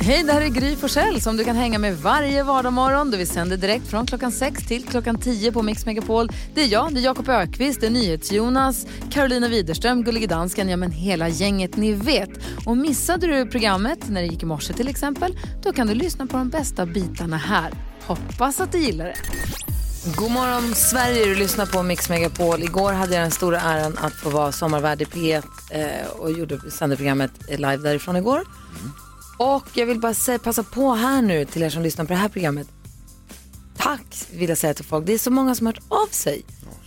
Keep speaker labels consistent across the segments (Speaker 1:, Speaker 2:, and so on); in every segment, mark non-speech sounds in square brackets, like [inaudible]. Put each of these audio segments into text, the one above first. Speaker 1: Hej, det här är Gry Forssell som du kan hänga med varje vardagsmorgon. Vi sänder direkt från klockan 6 till klockan 10 på Mix Megapol. Det är jag, det är Jakob Ökvist, det är NyhetsJonas, Carolina Widerström, Gullige Dansken, ja men hela gänget ni vet. Och missade du programmet när det gick i morse till exempel, då kan du lyssna på de bästa bitarna här. Hoppas att du gillar det.
Speaker 2: God morgon Sverige, du lyssnar på Mix Megapol. Igår hade jag den stora äran att få vara sommarvärd i P1 eh, och gjorde, sände programmet live därifrån igår. Och jag vill bara säga, passa på här nu till er som lyssnar på det här programmet. Tack vill jag säga till folk. Det är så många som har hört av sig.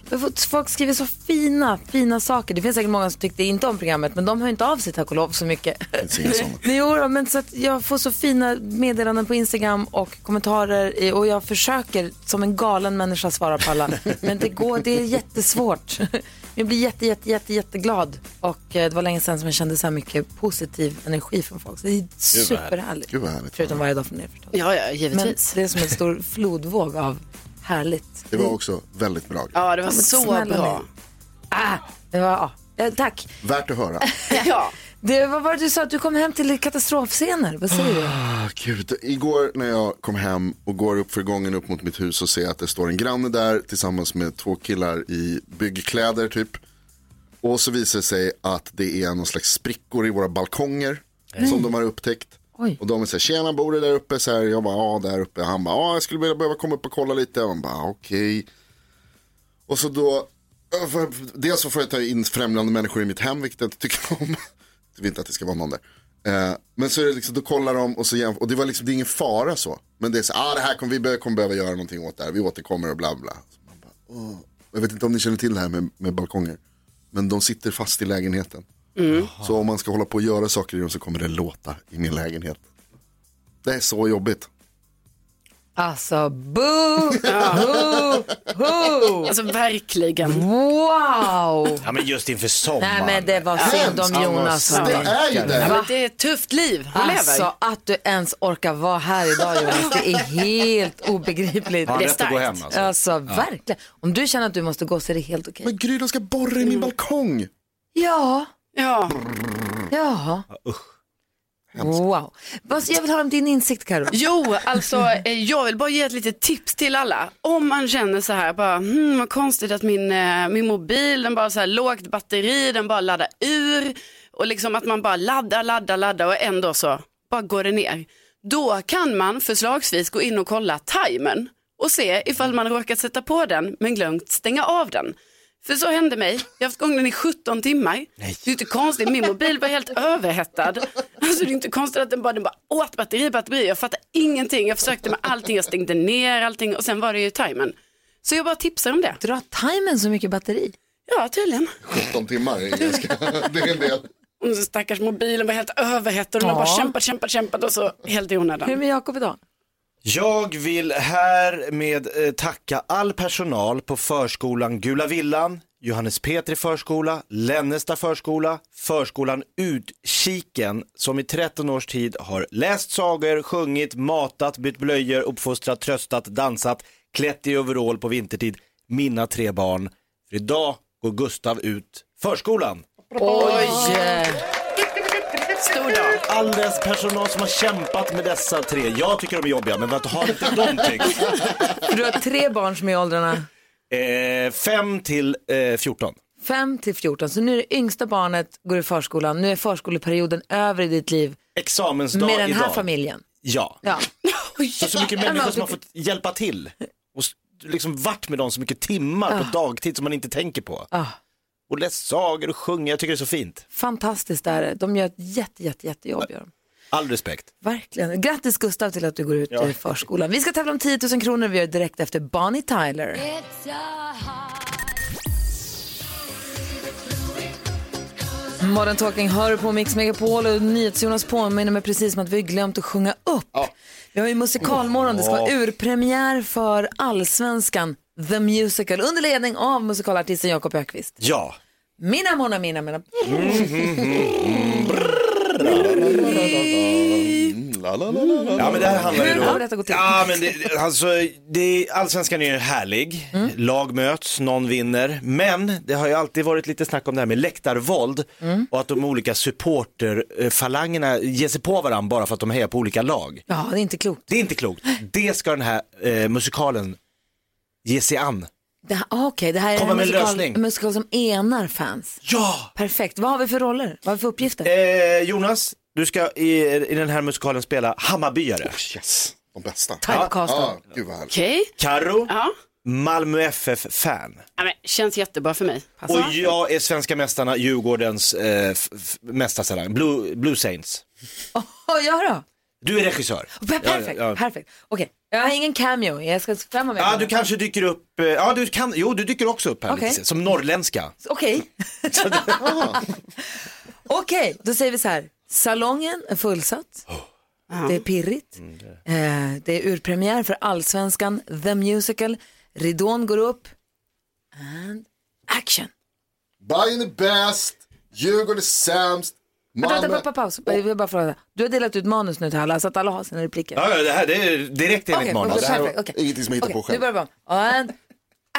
Speaker 2: Jag har fått- Folk skriver så fina, fina saker. Det finns säkert många som tyckte inte om programmet men de hör inte av sig tack och lov så mycket. [laughs]
Speaker 3: finns inga sådana.
Speaker 2: Nej, jo, då, men så att jag får så fina meddelanden på Instagram och kommentarer i- och jag försöker som en galen människa svara på
Speaker 3: [laughs]
Speaker 2: alla. Men det går, det är jättesvårt. Men Jag blir jätte, jätte, jätte, jätteglad och eh, det var länge sedan som jag kände så här mycket positiv energi från folk. Så det är superhärligt.
Speaker 3: Gud vad härligt.
Speaker 2: Förutom varje dag från er förstås.
Speaker 4: Ja, ja,
Speaker 2: Men
Speaker 4: givetvis.
Speaker 2: det är som en stor flodvåg av härligt.
Speaker 3: Det var också väldigt bra.
Speaker 4: ja, det var
Speaker 2: men
Speaker 4: så
Speaker 2: snälla
Speaker 4: bra.
Speaker 2: Ah, det var, ja. Eh, Tack.
Speaker 3: Värt att höra.
Speaker 4: Ja.
Speaker 2: Det, vad var det du sa att du kom hem till katastrofscener? Vad säger du?
Speaker 3: Ah, Gud. Igår när jag kom hem och går upp för gången upp mot mitt hus och ser att det står en granne där tillsammans med två killar i byggkläder typ. Och så visar det sig att det är någon slags sprickor i våra balkonger som de har upptäckt.
Speaker 2: Oj.
Speaker 3: Och de är så här, tjena bor du där uppe? Så här, jag bara, ja där uppe. Han bara, ja jag skulle vilja behöva komma upp och kolla lite. Och han bara, okej. Och så då, eh, för- dels så får jag ta in främlande människor i mitt hem, vilket jag inte tycker [laughs] om. Jag vill inte att det ska vara någon där. Eh, Men så är det liksom, då kollar de och så jämför, och det var liksom, det är ingen fara så. Men det är så, ah det här kommer vi be- kommer behöva göra någonting åt det här, vi återkommer och bla bla. Så man bara, åh. Jag vet inte om ni känner till det här med, med balkonger, men de sitter fast i lägenheten. Så om man ska hålla på och göra saker i dem så kommer det låta i min lägenhet. Det är så jobbigt.
Speaker 2: Alltså, boo, boo, boo.
Speaker 4: Alltså
Speaker 2: Mm.
Speaker 4: verkligen.
Speaker 2: Wow!
Speaker 5: Ja, men just inför
Speaker 2: Nej
Speaker 5: sommaren.
Speaker 2: men det var synd om Jonas.
Speaker 3: Det är ju
Speaker 4: Ja,
Speaker 3: det.
Speaker 4: men det är ett tufft liv han lever.
Speaker 2: Alltså att du ens orkar vara här idag Jonas, det är helt obegripligt.
Speaker 5: Har han
Speaker 4: det är
Speaker 5: rätt att gå hem
Speaker 4: starkt.
Speaker 5: alltså?
Speaker 2: Alltså verkligen, om du känner att du måste gå så är det helt okej.
Speaker 3: Men Gry, de ska borra i min balkong.
Speaker 2: Ja,
Speaker 4: Ja.
Speaker 2: ja. Wow. Vad- Jag vill höra om din insikt Karo.
Speaker 4: Jo, alltså eh, jag vill bara ge ett litet tips till alla. Om man känner så här, bara, hmm, vad konstigt att min, eh, min mobil, den bara så här lågt batteri, den bara laddar ur. Och liksom att man bara laddar, laddar, laddar och ändå så bara går det ner. Då kan man förslagsvis gå in och kolla timern och se ifall man råkat sätta på den men glömt stänga av den. För så hände mig. Jag har haft igång den i 17 timmar. Det är inte konstigt, min mobil var helt överhettad. Alltså det är inte konstigt att den bara, den bara åt batteri, batteri. Jag fattar ingenting. Jag försökte med allting, jag stängde ner allting och sen var det ju timern. Så jag bara tipsar om det.
Speaker 2: Dra timern så mycket batteri.
Speaker 4: Ja, tydligen.
Speaker 3: 17 timmar är ganska, [laughs] det är en del.
Speaker 4: Och så stackars mobilen var helt överhettad och den
Speaker 2: Ja.
Speaker 4: bara kämpat, kämpat, kämpat och så helt i
Speaker 2: Hur är det
Speaker 4: onödan.
Speaker 2: med Jakob idag?
Speaker 5: Jag vill härmed eh, tacka all personal på förskolan Gula Villan, Johannes Petri förskola, Lennesta förskola, förskolan Utkiken som i 13 års tid har läst sagor, sjungit, matat, bytt blöjor, uppfostrat, tröstat, dansat, klätt i overall på vintertid, mina tre barn. För idag går Gustav ut förskolan.
Speaker 2: Oj!
Speaker 4: Stor dag.
Speaker 5: All dess personal som har kämpat med dessa tre. Jag tycker de är jobbiga, men vad har [laughs] inte de tyckt?
Speaker 2: Du har tre barn som är i åldrarna
Speaker 5: 5 till eh, 14.
Speaker 2: 5 till 14, så nu är det yngsta barnet går i förskolan, nu är förskoleperioden över i ditt liv
Speaker 5: Examensdag
Speaker 2: med den här
Speaker 5: idag.
Speaker 2: familjen.
Speaker 5: Ja.
Speaker 2: Ja.
Speaker 5: [laughs] Så, så mycket människor som har fått hjälpa till och s- liksom varit med dem så mycket timmar på dagtid som man inte tänker på.
Speaker 2: Ah.
Speaker 5: Och läst sagor och sjungit. Jag tycker det är så fint.
Speaker 2: Fantastiskt är det. De gör ett jätte, jätte, jättejobb. Gör de.
Speaker 5: All respekt.
Speaker 2: Verkligen. Grattis Gustav till att du går ut i förskolan. Vi ska tävla om 10 000 kronor. Vi gör det direkt efter Bonnie Tyler. Modern Talking hör på Mix Megapol och NyhetsJonas påminner mig precis om att vi har glömt att sjunga upp. Vi har ju musikalmorgon, det ska vara urpremiär för Allsvenskan, The Musical, under ledning av musikalartisten Jakob Ökvist.
Speaker 5: Ja.
Speaker 2: Mina mona, mina mina.
Speaker 3: Mm, La, la, la, la,
Speaker 2: Mm.
Speaker 3: la.
Speaker 5: Ja men det här handlar ju
Speaker 2: Hur
Speaker 5: då...
Speaker 2: kommer detta gå till?
Speaker 5: Ja men det, alltså, det, allsvenskan är ju härlig,
Speaker 2: Mm.
Speaker 5: lag möts, någon vinner, men det har ju alltid varit lite snack om det här med läktarvåld
Speaker 2: Mm.
Speaker 5: och att de olika supporterfalangerna ger sig på varandra bara för att de hejar på olika lag.
Speaker 2: Ja, det är inte klokt.
Speaker 5: Det är inte klokt, det ska den här eh, musikalen ge sig an.
Speaker 2: Det här, ah, okej, det här är
Speaker 5: Komma
Speaker 2: en
Speaker 5: med en
Speaker 2: musikal,
Speaker 5: lösning.
Speaker 2: en musikal som enar fans.
Speaker 5: Ja!
Speaker 2: Perfekt. Vad har vi för roller? Vad har vi för uppgifter?
Speaker 5: Eh, Jonas, du ska i, i den här musikalen spela Hammarbyare.
Speaker 3: Yes, de bästa.
Speaker 2: Typecastad.
Speaker 3: Ja, gud vad härligt.
Speaker 4: Okej,
Speaker 5: Karo,
Speaker 4: ja.
Speaker 5: Malmö FF-fan.
Speaker 4: ja men, känns jättebra för mig.
Speaker 5: Och
Speaker 2: Alltså,
Speaker 5: jag är svenska mästarna, Djurgårdens eh, f- f- mästarsalang, Blue, Blue Saints.
Speaker 2: Oh, ja då.
Speaker 5: Du är regissör.
Speaker 2: Per- Perfekt,
Speaker 5: Ja, ja, ja.
Speaker 2: perfekt. Okej, jag har ingen cameo. Jag ska fram med
Speaker 5: Ja,
Speaker 2: den.
Speaker 5: du kanske dyker upp, eh, ja du kan, jo du dyker också upp här
Speaker 2: Okej.
Speaker 5: lite sen, som norrländska.
Speaker 2: Okej. Okej, då säger vi så här. Salongen är fullsatt. Det är pirrigt. Eh, det är urpremiär för Allsvenskan, The Musical. Ridån går upp. And action.
Speaker 3: Bajen är bäst, Djurgården är sämst,
Speaker 2: Vänta,
Speaker 3: Malmö...
Speaker 2: vänta, pappa, paus. Jag vill bara fråga. Du har delat ut manus nu till alla så att alla har sina repliker.
Speaker 5: Ja, ja, det här det är direkt enligt
Speaker 2: Okej,
Speaker 5: manus.
Speaker 3: Det här
Speaker 2: Perfekt,
Speaker 3: var
Speaker 2: okej.
Speaker 3: ingenting som jag hittar
Speaker 2: Okej,
Speaker 3: på själv.
Speaker 2: nu börjar vi om. And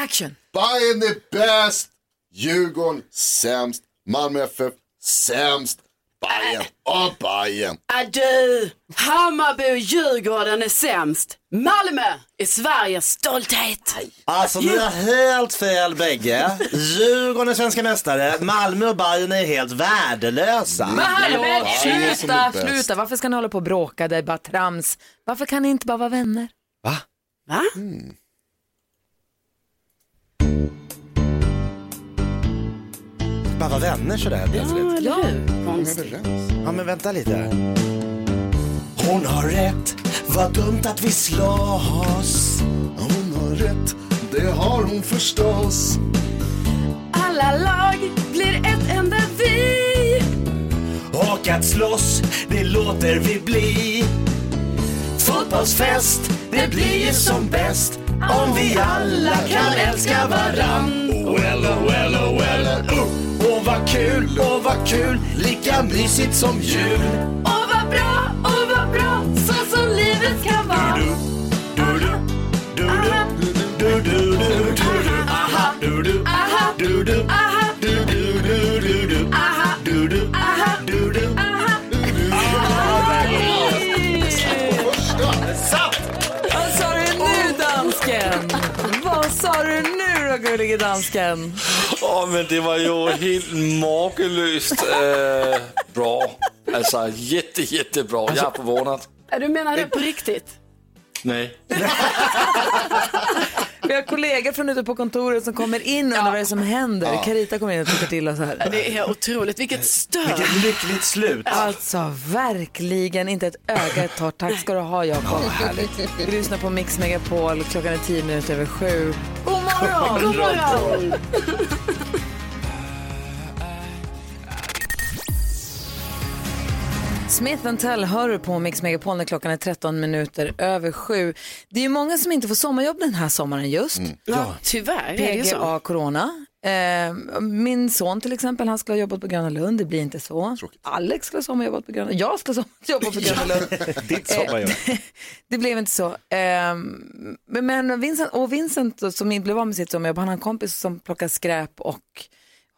Speaker 2: action.
Speaker 3: Bayern är bäst, Djurgården sämst, Malmö FF sämst, Bayern och Bayern.
Speaker 4: Äh, du, Hammarby och Djurgården är sämst. Malmö är Sveriges stolthet.
Speaker 5: Alltså ni har helt fel bägge. Djurgården är svenska mästare, Malmö och Bayern är helt värdelösa.
Speaker 2: Men hallå,
Speaker 3: Nej, men- Nej, som
Speaker 2: sluta,
Speaker 3: är bäst.
Speaker 2: sluta. Varför ska ni hålla på och bråka? Det är bara trams. Varför kan ni inte bara vara vänner?
Speaker 5: Va?
Speaker 4: Va?
Speaker 5: Bara vara vänner sådär plötsligt.
Speaker 4: Eller hur? Konstigt.
Speaker 5: Ja men vänta lite. Hon har rätt, vad dumt att vi slåss.
Speaker 3: Hon har rätt, det har hon förstås.
Speaker 4: Alla lag blir ett enda vi.
Speaker 5: Och att slåss, det låter vi bli. Fotbollsfest, det blir ju som bäst om vi alla kan älska varann. Oh well, oh well, oh well, oh. Och vad kul, och vad kul, lika mysigt som jul.
Speaker 4: Och vad bra, och vad bra, så som livet kan vara.
Speaker 5: Du-du, du-du, du-du-du-du-du. Aha, du-du,
Speaker 4: Aha,
Speaker 5: du-du,
Speaker 4: aha,
Speaker 5: du-du-du-du-du.
Speaker 4: aha,
Speaker 5: Du-du,
Speaker 4: aha.
Speaker 5: du-du.
Speaker 2: Vad sa du nu dansken? Vad sa du nu då gullige dansken?
Speaker 6: Åh, men det var ju helt makeløst øh, bra. Alltså, Altså, jette, jette bra.
Speaker 5: Alltså,
Speaker 6: Jeg er forvånet.
Speaker 4: Ja, Du menar det på riktigt?
Speaker 6: Nej.
Speaker 2: Vi har kollegor från ute på kontoret som kommer in och undrar vad det är som händer. Carita kommer in och tittar till oss här.
Speaker 4: Det är otroligt, vilket stöd.
Speaker 5: Vilket lyckligt slut.
Speaker 2: Alltså verkligen inte ett öga ett torrt. Tack ska du ha Jakob. Vi lyssnar på Mix Megapol. Klockan är tio minuter över sju. God morgon!
Speaker 4: God morgon.
Speaker 2: Smith and Tell hör du på Mix Megapol när klockan är 13 minuter över sju. Det är ju många som inte får sommarjobb den här sommaren just.
Speaker 4: Ja, tyvärr är det ju så.
Speaker 2: PGA Corona. Eh, min son till exempel, han skulle ha jobbat på Gröna Lund, det blir inte så. Alex skulle ha sommarjobbat på Gröna Jag skulle ha sommarjobbat på Gröna Lund.
Speaker 5: [laughs] Ditt sommarjobb.
Speaker 2: [laughs] Det blev inte så. Eh, men- men Vincent, och Vincent då, som inte blev av med sitt sommarjobb, han har en kompis som plockar skräp och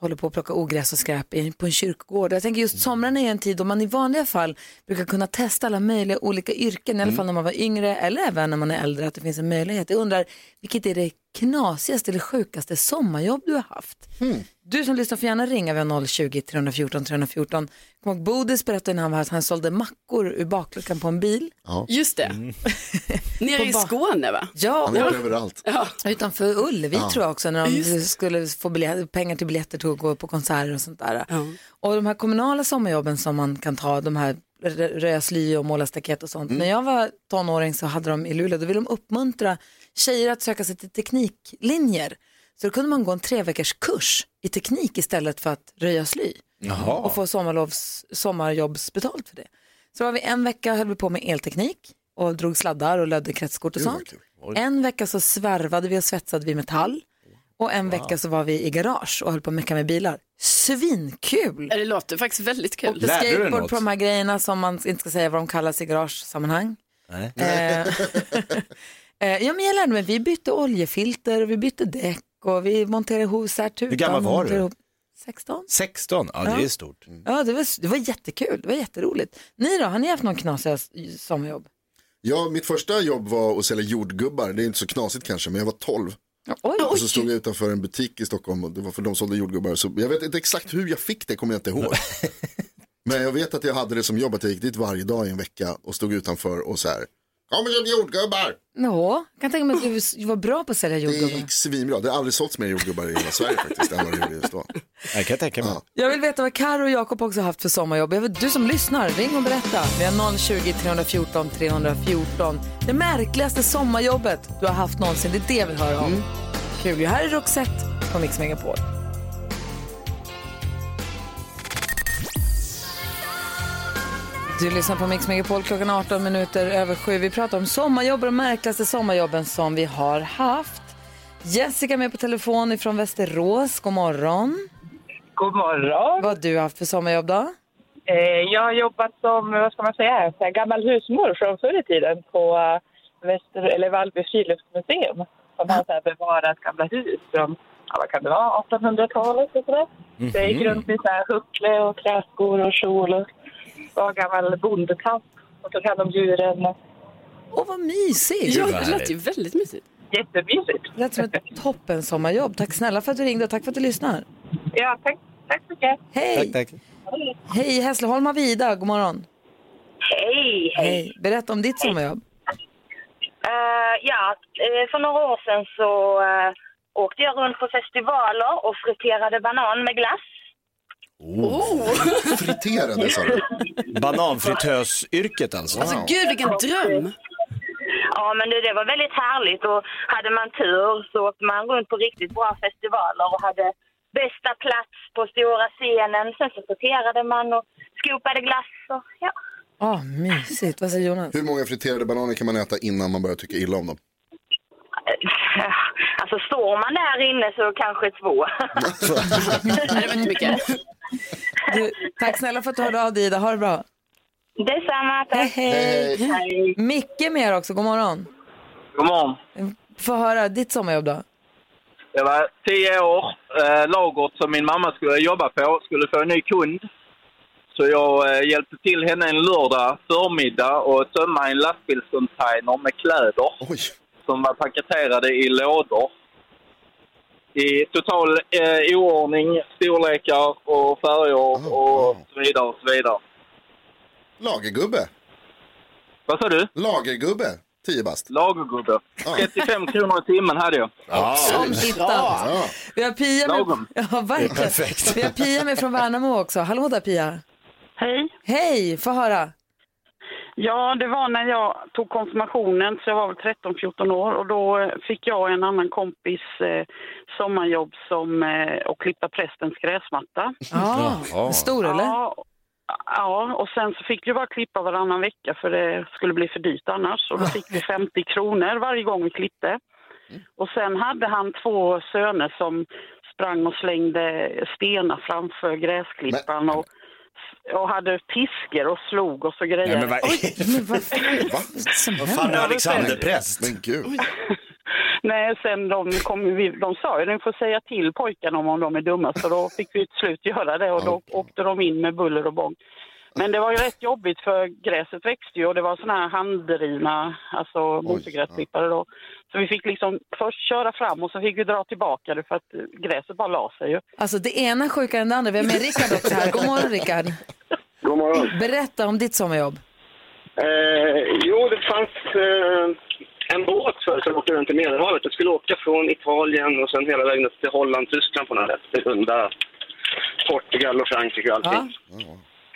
Speaker 2: håller på att plocka ogräs och skräp i- på en kyrkogård. Jag tänker just somrarna är en tid då man i vanliga fall brukar kunna testa alla möjliga olika yrken, i alla fall när man var yngre eller även när man är äldre, att det finns en möjlighet. Jag undrar, vilket är det knasigaste eller sjukaste sommarjobb du har haft? Du som lyssnar får gärna ringa, vi har 020-314 314. Kom ihåg, Bodis berättade när han var här att han sålde mackor ur bakluckan på en bil.
Speaker 4: Just det. [laughs] Nere i
Speaker 2: På ba-
Speaker 4: Skåne va?
Speaker 2: Ja,
Speaker 3: Han är överallt.
Speaker 2: Utanför Ullevi tror jag också när de skulle få biljet, pengar till biljetter till att gå på konserter och sånt där. Och de här kommunala sommarjobben som man kan ta, de här rö- röja sly och måla staket och
Speaker 3: Mm.
Speaker 2: sånt. När jag var tonåring så hade de i Luleå, då ville de uppmuntra tjejer att söka sig till tekniklinjer. Så då kunde man gå en tre veckors kurs i teknik istället för att röja sly och få sommarlovs, sommarjobbsbetalt för det. Så var vi en vecka höll vi på med elteknik och drog sladdar och lödde kretskort och
Speaker 3: Gud, vad
Speaker 2: sånt. En vecka så svärvade vi och svetsade vi metall. Och en vecka så var vi i garage och höll på att mecka med bilar. Svinkul!
Speaker 4: Ja, Det låter faktiskt väldigt
Speaker 2: Och
Speaker 4: kul.
Speaker 5: Lärde du dig
Speaker 2: skateboard
Speaker 5: något?
Speaker 2: på de här grejerna som man inte ska säga vad de kallas i garagesammanhang.
Speaker 5: Nej.
Speaker 2: Eh, [laughs] eh, ja, men jag lärde mig, vi bytte oljefilter och vi bytte däck och vi monterade ihop så här tutan.
Speaker 5: gammal var du?
Speaker 2: monterade ihop- 16.
Speaker 5: 16, ja, det är stort.
Speaker 2: Ja, det var, det var jättekul, det var jätteroligt. Ni då, har ni haft någon knasiga s- sommarjobb?
Speaker 3: Ja, mitt första jobb var att sälja jordgubbar. Det är inte så knasigt kanske, men jag var 12.
Speaker 2: Oj,
Speaker 3: Och så stod jag utanför en butik i Stockholm och det var för de sålde jordgubbar. Så jag vet inte exakt hur jag fick det, kommer jag
Speaker 2: [laughs]
Speaker 3: inte ihåg. Men jag vet att jag hade det som jobb att jag gick dit varje dag i en vecka och stod utanför och så här. Kom och köp jordgubbar!
Speaker 2: Nå, jag kan tänka mig att du s- var bra på att sälja
Speaker 3: Det
Speaker 2: jordgubbar.
Speaker 3: gick svinbra. Det har aldrig sålts mer jordgubbar i hela Sverige faktiskt än vad det gjorde just då.
Speaker 5: Jag kan tänka mig.
Speaker 2: Jag vill veta vad Karo och Jakob också har haft för sommarjobb. Jag vill, du som lyssnar, ring och berätta. Vi har 020 314 314. Det märkligaste sommarjobbet du har haft någonsin, det är det jag vill höra om. Kul ju. Här är Roxette på Mix Megapol. Du lyssnar på Mix Megapol klockan 18 minuter över sju. Vi pratar om sommarjobb och de märkligaste sommarjobben som vi har haft. Jessica är med på telefon ifrån Västerås. God morgon.
Speaker 7: God morgon.
Speaker 2: Vad har du haft för sommarjobb då?
Speaker 7: Eh, Jag har jobbat som, vad ska man säga, så här gammal husmor från förr i tiden på eh, Väster, eller Vallby friluftsmuseum som har så här bevarat gamla hus från, ja, vad kan det vara, 1800-talet och sådär.
Speaker 5: Mhm.
Speaker 7: Så jag gick runt i så här huckle och träskor och kjol och var gammal bondetant och tog hand om djuren.
Speaker 2: Åh, vad mysigt!
Speaker 4: Ja,
Speaker 5: vad
Speaker 4: det lät
Speaker 5: härligt.
Speaker 4: ju väldigt mysigt.
Speaker 7: Jättemysigt.
Speaker 2: Det lät som ett toppen sommarjobb. Tack snälla för att du ringde och tack för att du lyssnar.
Speaker 7: Ja, tack, tack så mycket.
Speaker 2: Hej!
Speaker 5: Tack, tack.
Speaker 2: Hej, Hässleholm har vi Ida. God morgon.
Speaker 8: Hej, hej.
Speaker 2: Berätta om ditt sommarjobb.
Speaker 8: Eh, ja, eh, för några år sedan så eh, åkte jag runt på festivaler och friterade banan med glass.
Speaker 2: Oh.
Speaker 3: Oh. Friterade sa du.
Speaker 5: Bananfritösyrket alltså.
Speaker 4: Alltså gud vilken dröm.
Speaker 8: Ja, men det, det var väldigt härligt och hade man tur så åkte man runt på riktigt bra festivaler och hade bästa plats på stora scenen. Sen så friterade man och skopade glass och ja. [laughs]
Speaker 2: Åh, mysigt. Vad säger Jonas?
Speaker 3: Hur många friterade bananer kan man äta innan man börjar tycka illa om dem?
Speaker 8: Eh, Alltså står man där inne så kanske två. [laughs]
Speaker 4: Nej, det var inte mycket.
Speaker 2: Du, tack snälla för att du hörde av dig, Ida. Ha det bra.
Speaker 8: Detsamma, tack.
Speaker 2: Hej, hej!
Speaker 3: Eh,
Speaker 8: Hej.
Speaker 2: Micke är med här också. God morgon.
Speaker 9: God morgon.
Speaker 2: Få höra ditt sommarjobb då.
Speaker 9: Jag var tio år. Eh, lagret som min mamma skulle jobba på skulle få en ny kund. Så jag eh, hjälpte till henne en lördag förmiddag och tömma en lastbilscontainer med kläder
Speaker 3: Oj,
Speaker 9: som var paketerade i lådor. I total eh, oordning, storlekar och färger och
Speaker 3: Aha.
Speaker 9: så vidare och så vidare.
Speaker 3: lagergubbe.
Speaker 9: Vad sa du?
Speaker 3: Lagergubbe. Tio bast.
Speaker 9: Lagergubbe.
Speaker 3: Ja.
Speaker 9: 35 kronor i timmen hade jag.
Speaker 2: Som hittat.
Speaker 3: Ja.
Speaker 2: Vi har Pia med...
Speaker 9: Lagom.
Speaker 2: Ja, verkligen.
Speaker 5: Perfekt.
Speaker 2: Vi har Pia med från Värnamo också. Hallå där, Pia.
Speaker 10: Hej.
Speaker 2: Hej! Få höra.
Speaker 10: Ja, det var när jag tog konfirmationen, så jag var väl 13-14 år. Och då eh, fick jag och en annan kompis eh, sommarjobb som eh, att klippa prästens gräsmatta.
Speaker 2: Ja,
Speaker 5: Jaha.
Speaker 2: stor eller?
Speaker 10: Ja, ja, och sen så fick vi bara klippa varannan vecka för det skulle bli för dyrt annars. Och då fick vi 50 kronor varje gång vi klippte. Och sen hade han två söner som sprang och slängde stenar framför gräsklipparen och, och hade piskor och slog oss och grejer.
Speaker 5: Nej, men vad [laughs] är det
Speaker 2: Men vad
Speaker 3: Va?
Speaker 2: som
Speaker 5: Vad fan
Speaker 2: händer?
Speaker 5: är Alexander präst?
Speaker 3: Men gud.
Speaker 10: Nej, sen de, kom, ju- vi, de sa ju att ni får säga till pojkarna om, om de är dumma, så då fick vi till slut göra det och då åkte de in med buller och bång. Men det var ju rätt jobbigt för gräset växte ju och det var såna här handdrivna, alltså motorgräsklippare då. Så vi fick liksom först köra fram och så fick vi dra tillbaka det för att eh, gräset bara la sig ju.
Speaker 2: Alltså det ena är sjukare än det andra. Vi har med Rickard också här. God morgon Rickard.
Speaker 11: God morgon.
Speaker 2: Berätta om ditt sommarjobb.
Speaker 11: Eh, jo, det fanns eh, en båt förr som åkte runt i Medelhavet. Jag skulle åka från Italien och sen hela vägen upp till Holland, Tyskland på något sätt. Till Hunda, Portugal och Frankrike och allting.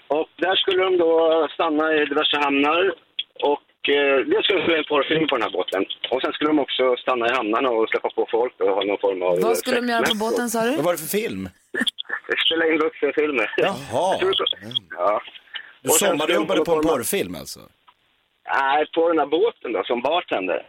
Speaker 11: Och där skulle de då stanna i diverse hamnar. Och eh, dels skulle de spela en porrfilm på den här båten. Och sen skulle de också stanna i hamnarna och släppa på folk och ha någon form av...
Speaker 2: Vad skulle de
Speaker 11: sex
Speaker 2: göra på
Speaker 11: med.
Speaker 2: båten sa du?
Speaker 5: Vad var det för film?
Speaker 11: [laughs] Spela in vuxenfilmer.
Speaker 5: Jaha.
Speaker 11: [laughs] Ja.
Speaker 5: Du
Speaker 11: Och sen skulle de
Speaker 5: sommarjobbade på en
Speaker 11: komma-
Speaker 5: porrfilm alltså?
Speaker 11: Nej, på den här båten då, som bartender.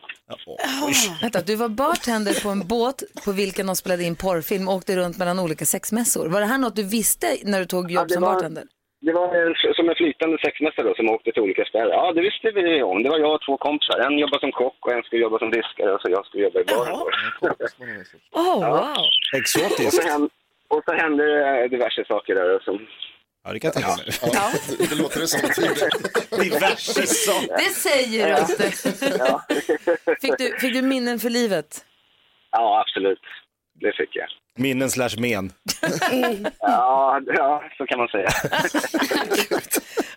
Speaker 2: Vänta, du var bartender på en båt på vilken de spelade in porrfilm och åkte runt mellan olika sexmässor. Var det här något du visste när du tog jobb
Speaker 11: det
Speaker 2: som
Speaker 11: var-
Speaker 2: bartender?
Speaker 11: Det var en, som en flytande sexmästare då, som åkte till olika ställen. Ja, det visste vi om. Det var jag och två kompisar. En jobbade som kock och en skulle jobba som diskare och så jag skulle jobba i baren.
Speaker 2: Oh,
Speaker 11: wow.
Speaker 5: Exotiskt.
Speaker 11: Och så, hände, och så hände det diverse saker där. Som...
Speaker 5: Ja, det kan jag tänka mig.
Speaker 3: Det låter det som att
Speaker 5: [laughs] Diverse saker.
Speaker 2: Det säger du att det. [laughs] Fick du, fick du minnen för livet?
Speaker 11: Ja, absolut. Det fick jag.
Speaker 5: Minnen slash men.
Speaker 11: Ja, ja, så kan man säga.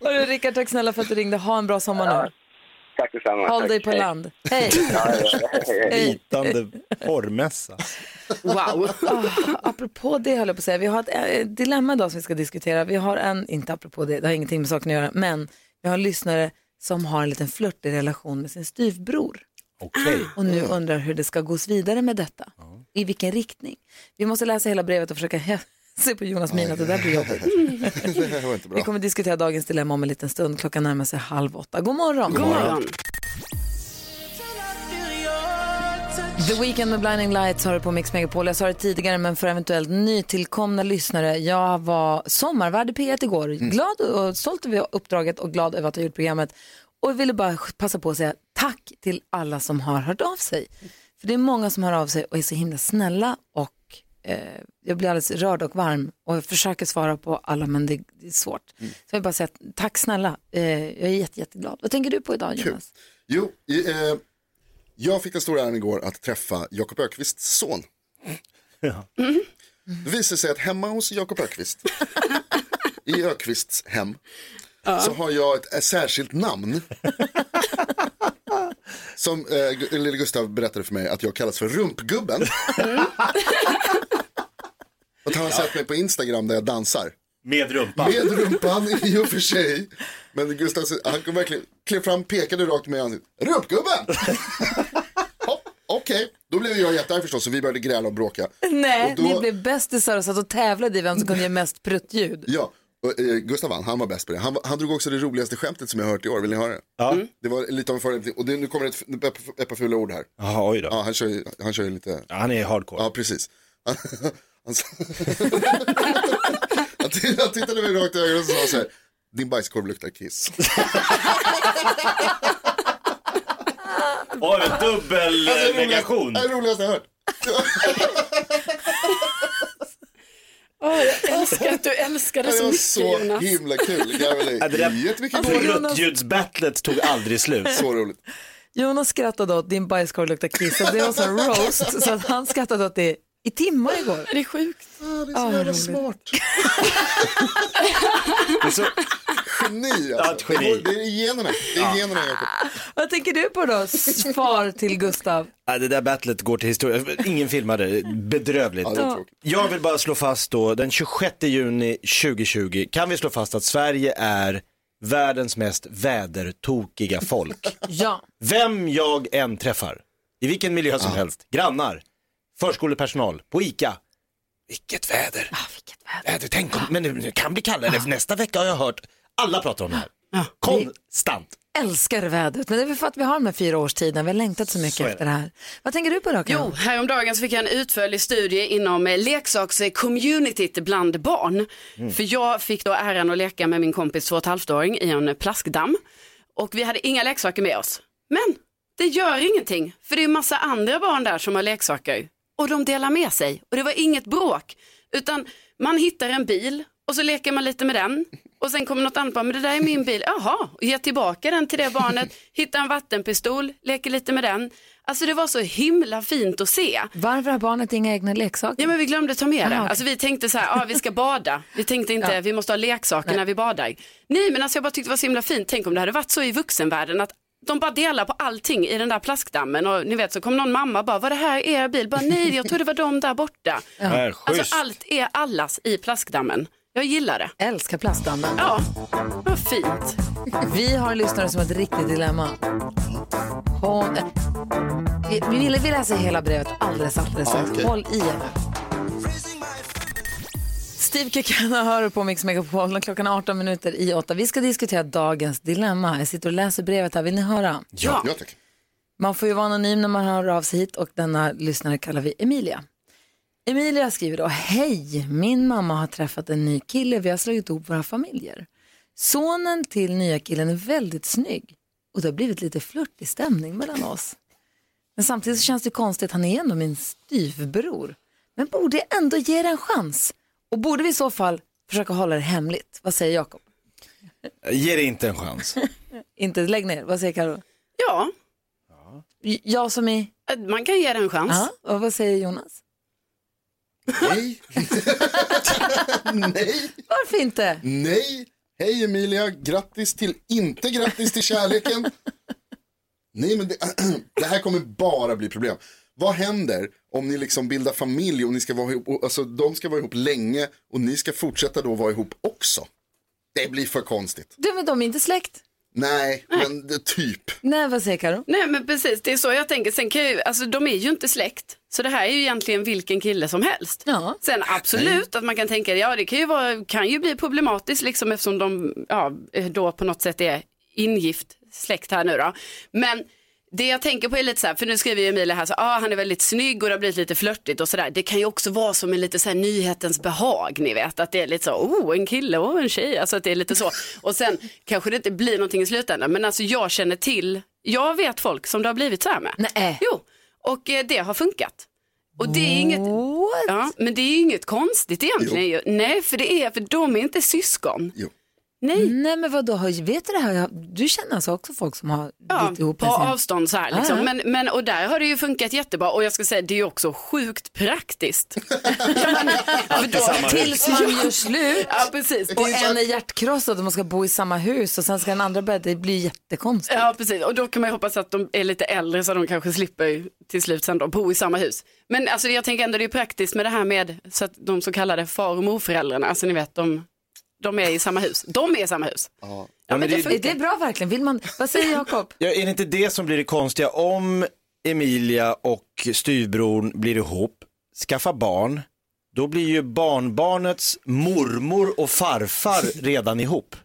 Speaker 2: Hörru, Rickard, tack snälla för att du ringde. Ha en bra sommar nu.
Speaker 11: Tack detsamma.
Speaker 2: Håll
Speaker 11: Tack.
Speaker 2: dig på
Speaker 11: Hej.
Speaker 2: land. Hej!
Speaker 11: Ja, ja, ja. Hej, hej.
Speaker 5: Flytande porrmässa.
Speaker 2: Wow. Ah, apropå det höll jag på att säga, vi har ett eh, dilemma idag som vi ska diskutera. Vi har en, inte apropå det, det har ingenting med saken att göra, men vi har en lyssnare som har en liten flörtig relation med sin styvbror.
Speaker 5: Okej.
Speaker 3: Ah.
Speaker 2: Och nu undrar hur det ska gås vidare med detta. I vilken riktning. Vi måste läsa hela brevet och försöka hä- [laughs] se på Jonas min att det där blir jobbigt.
Speaker 3: Det här var inte
Speaker 2: Vi
Speaker 3: bra.
Speaker 2: kommer diskutera dagens dilemma om en liten stund. Klockan närmar sig halv åtta. God morgon.
Speaker 4: God morgon.
Speaker 2: The Weeknd med Blinding Lights har du på Mix Megapol. Jag sa det tidigare, men för eventuellt nytillkomna lyssnare. Jag var sommarvärd i P1 igår. Glad och stolt över uppdraget och glad över att ha gjort programmet. Och jag ville bara passa på att säga tack till alla som har hört av sig. För det är många som hör av sig och är så himla snälla och eh, jag blir alldeles rörd och varm och jag försöker svara på alla men det, det är svårt. Så jag vill bara säga tack snälla. Eh, jag är jätte, jätteglad. Vad tänker du på idag
Speaker 3: Kul.
Speaker 2: Jonas?
Speaker 3: Jo, eh, jag fick den stora äran igår att träffa Jakob Ökvists son. Det visar sig att hemma hos Jakob Ökvist, i Ökvists hem, så har jag ett, ett särskilt namn. Som eh, Gu- lille Gustav berättade för mig att jag kallas för Rumpgubben. [laughs] Och han har sett mig på Instagram där jag dansar.
Speaker 5: Med rumpan.
Speaker 3: Med rumpan i och för sig. Men Gustav, han kom verkligen, klev fram, pekade rakt med ansiktet. Rumpgubben! Hopp, Okej, då blev jag jättearg förstås och vi började gräla och bråka.
Speaker 2: Nej,
Speaker 3: och då,
Speaker 2: ni blev bästisar och satt och tävlade i vem som kunde ge mest pruttljud.
Speaker 3: Ja, och, eh, Gustav vann, han var bäst på det. Han, var- han drog också det roligaste skämtet som jag hört i år, vill ni höra det? Mm.
Speaker 5: Ja.
Speaker 3: Det var lite av en förolämpning, och det, nu kommer ett, ett, par- ett par fula ord här.
Speaker 5: Jaha, oj då.
Speaker 3: Ja, han kör ju, han kör ju lite
Speaker 5: Ja, Han är hardcore.
Speaker 3: Ja, precis. [laughs] Han,
Speaker 2: [laughs]
Speaker 3: han, sa- han, tittade, han tittade mig rakt i ögonen och sa så här. Din bajskorv luktar kiss.
Speaker 5: Oj, dubbel
Speaker 3: Alltså,
Speaker 5: eh,
Speaker 3: det roligaste-
Speaker 5: negation.
Speaker 3: Det är det roligaste jag hört.
Speaker 4: Åh, jag älskar att du älskar det
Speaker 3: Det
Speaker 4: så
Speaker 3: var
Speaker 4: mycket
Speaker 3: så
Speaker 4: Jonas. Alltså, [laughs]
Speaker 3: himla kul. Det
Speaker 5: Ja,
Speaker 3: var
Speaker 5: det
Speaker 3: det-
Speaker 5: där-
Speaker 3: Jättemycket
Speaker 5: För
Speaker 3: kul.
Speaker 5: Ruttgjudsbattlet tog aldrig
Speaker 3: [laughs]
Speaker 5: slut.
Speaker 3: Så roligt.
Speaker 2: Jonas skrattade åt din bajskorv luktar kiss och det var så en roast så att han skrattade åt det i timmar igår.
Speaker 4: Det är sjukt.
Speaker 3: Ja, det är så jävla smart.
Speaker 4: [laughs]
Speaker 5: Det är så,
Speaker 3: Geni
Speaker 5: Ja, ett
Speaker 3: alltså.
Speaker 5: geni.
Speaker 3: Det är i generna. Det är i generna Jakob.
Speaker 2: Vad tänker du på då? Svar till Gustav.
Speaker 5: ja, det där battlet går till historien. Ingen filmade det. Bedrövligt.
Speaker 3: Ja, det är tråkigt.
Speaker 5: Jag vill bara slå fast då, den 26 juni 2020 kan vi slå fast att Sverige är världens mest vädertokiga folk.
Speaker 3: [laughs]
Speaker 2: Ja.
Speaker 5: Vem jag än träffar, i vilken miljö som helst, grannar, förskolepersonal, på ICA. Vilket väder! väder. Äh, Tänk om, men nu, nu kan bli kallare, för nästa vecka har jag hört alla pratar om det här. Konstant.
Speaker 2: Älskar vädret, men det är väl för att vi har de här fyra årstiderna. Vi har längtat så mycket
Speaker 5: Så är det.
Speaker 2: efter det här. Vad tänker du på då? Karin?
Speaker 4: Jo, häromdagen så fick jag en utförlig studie inom eh, leksakscommunityt bland barn. För jag fick då äran att leka med min kompis två och ett halvt åring i en eh, plaskdamm. Och vi hade inga leksaker med oss. Men det gör ingenting, för det är massa andra barn där som har leksaker. Och de delar med sig. Och det var inget bråk. Utan man hittar en bil och så leker man lite med den. Och sen kommer något annat barn, men det där är min bil. Jaha, och ge tillbaka den till det barnet. Hitta en vattenpistol, leker lite med den. Alltså det var så himla fint att se.
Speaker 2: Varför har barnet inga egna leksaker?
Speaker 4: Ja men vi glömde ta med det.
Speaker 2: okej.
Speaker 4: Alltså vi tänkte så här, ah, vi ska bada. Vi tänkte
Speaker 2: [laughs]
Speaker 4: inte, vi måste ha leksaker när vi badar. Nej men alltså jag bara tyckte det var så himla fint. Tänk om det hade varit så i vuxenvärlden att de bara delar på allting i den där plaskdammen och ni vet så kom någon mamma bara, var det här er bil? Bara, Nej jag tror det var de där
Speaker 2: [laughs]
Speaker 4: borta.
Speaker 5: Ja.
Speaker 4: Alltså allt är allas i plaskdammen. Jag gillar det.
Speaker 2: Älskar plastdammen.
Speaker 4: Ja, vad fint.
Speaker 2: Vi har en lyssnare som har ett riktigt dilemma. Hon... Vi, vi, vill- vi läser hela brevet alldeles, alldeles strax.
Speaker 3: okej.
Speaker 2: Håll i er nu. Steve Kekana hör på Mix Megapol och klockan är 18 minuter i 8. Vi ska diskutera dagens dilemma. Jag sitter och läser brevet här. Vill ni höra?
Speaker 4: Ja.
Speaker 3: Ja, tack.
Speaker 2: Man får ju vara anonym när man hör av sig hit och denna lyssnare kallar vi Emilia. Emilia skriver då, hej, min mamma har träffat en ny kille, vi har slagit ihop våra familjer. Sonen till nya killen är väldigt snygg och det har blivit lite flörtig stämning mellan oss. Men samtidigt så känns det konstigt, han är ändå min styvbror. Men borde jag ändå ge det en chans? Och borde vi i så fall försöka hålla det hemligt? Vad säger Jakob?
Speaker 5: Ge det inte en chans.
Speaker 2: Inte lägg ner, vad säger Karo?
Speaker 4: Ja. eh,
Speaker 2: J- Jag som är...
Speaker 4: Man kan ge det en chans.
Speaker 2: Ja, och vad säger Jonas?
Speaker 3: Nej. [laughs] Nej.
Speaker 2: Varför inte?
Speaker 3: Nej. Hej Emilia, grattis till, inte grattis till kärleken. Nej men det, [clears throat] det här kommer bara bli problem. Vad händer om ni liksom bildar familj och ni ska vara ihop, och, alltså de ska vara ihop länge och ni ska fortsätta då vara ihop också? Det blir för konstigt.
Speaker 2: Du men de är inte släkt.
Speaker 3: Nej, men det, typ.
Speaker 2: Nej, vad säger Karo?
Speaker 4: Nej men precis, det är så jag tänker. Sen kan ju, alltså, de är ju inte släkt. Så det här är ju egentligen vilken kille som helst. Sen absolut att man kan tänka, ja det kan ju, vara, kan ju bli problematiskt liksom eftersom de ja, eh, då på något sätt är ingift släkt här nu då. Men det jag tänker på är lite så här, för nu skriver ju Emilia här så ah, han är väldigt snygg och det har blivit lite flörtigt och sådär. Det kan ju också vara som en lite så här nyhetens behag, ni vet, att det är lite så, oh en kille och en tjej, alltså att det är lite så. Och sen kanske det inte blir någonting i slutändan, men alltså jag känner till, jag vet folk som det har blivit så här med.
Speaker 2: Nej.
Speaker 4: Jo, och eh, det har funkat. Och det är inget, ja, men det är ju inget konstigt egentligen ju. Nej, för det är, för de är inte syskon.
Speaker 2: Nej. Nej, men vadå, har- vet du det här? Jag- Du känner alltså också folk som har
Speaker 4: Ja,
Speaker 2: blivit ihop Ah.
Speaker 4: på
Speaker 2: med sin-
Speaker 4: avstånd så här liksom.
Speaker 2: Ja, ja.
Speaker 4: Men, men, och där har det ju funkat jättebra och jag ska säga det är ju också sjukt praktiskt.
Speaker 2: [laughs]
Speaker 4: Ja, men- för då-
Speaker 2: Tills man gör slut.
Speaker 4: Ja, precis.
Speaker 2: Och en är hjärtkrossad och man ska bo i samma hus och sen ska den andra börja, det blir jättekonstigt.
Speaker 4: Ja, precis. Och då kan man ju hoppas att de är lite äldre så de kanske slipper ju till slut sen då bo i samma hus. Men alltså, jag tänker ändå det är praktiskt med det här med så att de så kallade far och morföräldrarna, alltså ni vet de, de är i samma hus. De är i samma hus.
Speaker 5: Ja,
Speaker 4: men det
Speaker 2: Är det bra verkligen? Vill man, vad säger Jakob?
Speaker 5: Ja, är det inte det som blir det konstiga? Om Emilia och styvbron blir ihop, skaffa barn, då blir ju barnbarnets mormor och
Speaker 4: [laughs]
Speaker 5: farfar redan ihop.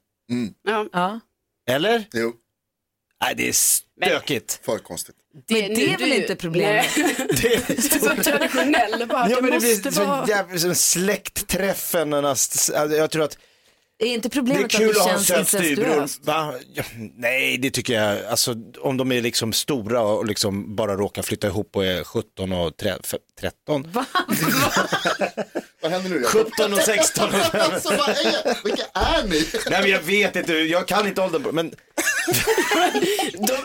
Speaker 4: Ja.
Speaker 5: Eller? Jo. Nej, det är
Speaker 4: [laughs]
Speaker 5: stökigt.
Speaker 3: För konstigt.
Speaker 2: Men det är väl inte problemet?
Speaker 4: [laughs] så traditionell bara,
Speaker 5: Ja,
Speaker 4: det,
Speaker 5: men det
Speaker 4: måste
Speaker 5: blir så
Speaker 4: vara...
Speaker 5: jävla som släktträffen. och näst- alltså, Jag tror att
Speaker 2: Är inte
Speaker 5: det är
Speaker 2: problemet
Speaker 5: kul
Speaker 2: att
Speaker 5: att
Speaker 2: det
Speaker 5: ha en
Speaker 2: känns
Speaker 5: söt styvbror.
Speaker 2: incestuöst?
Speaker 5: Va? Ja, nej, det tycker jag. Alltså, om de är liksom stora och liksom bara råkar flytta ihop och är 17 och tre- f- 13.
Speaker 2: [laughs]
Speaker 3: Vad händer nu? [laughs]
Speaker 5: 17 och 16.
Speaker 3: alltså, vad är, vilka är ni?
Speaker 5: Nej, men jag vet inte. Jag kan inte åldern. på- Men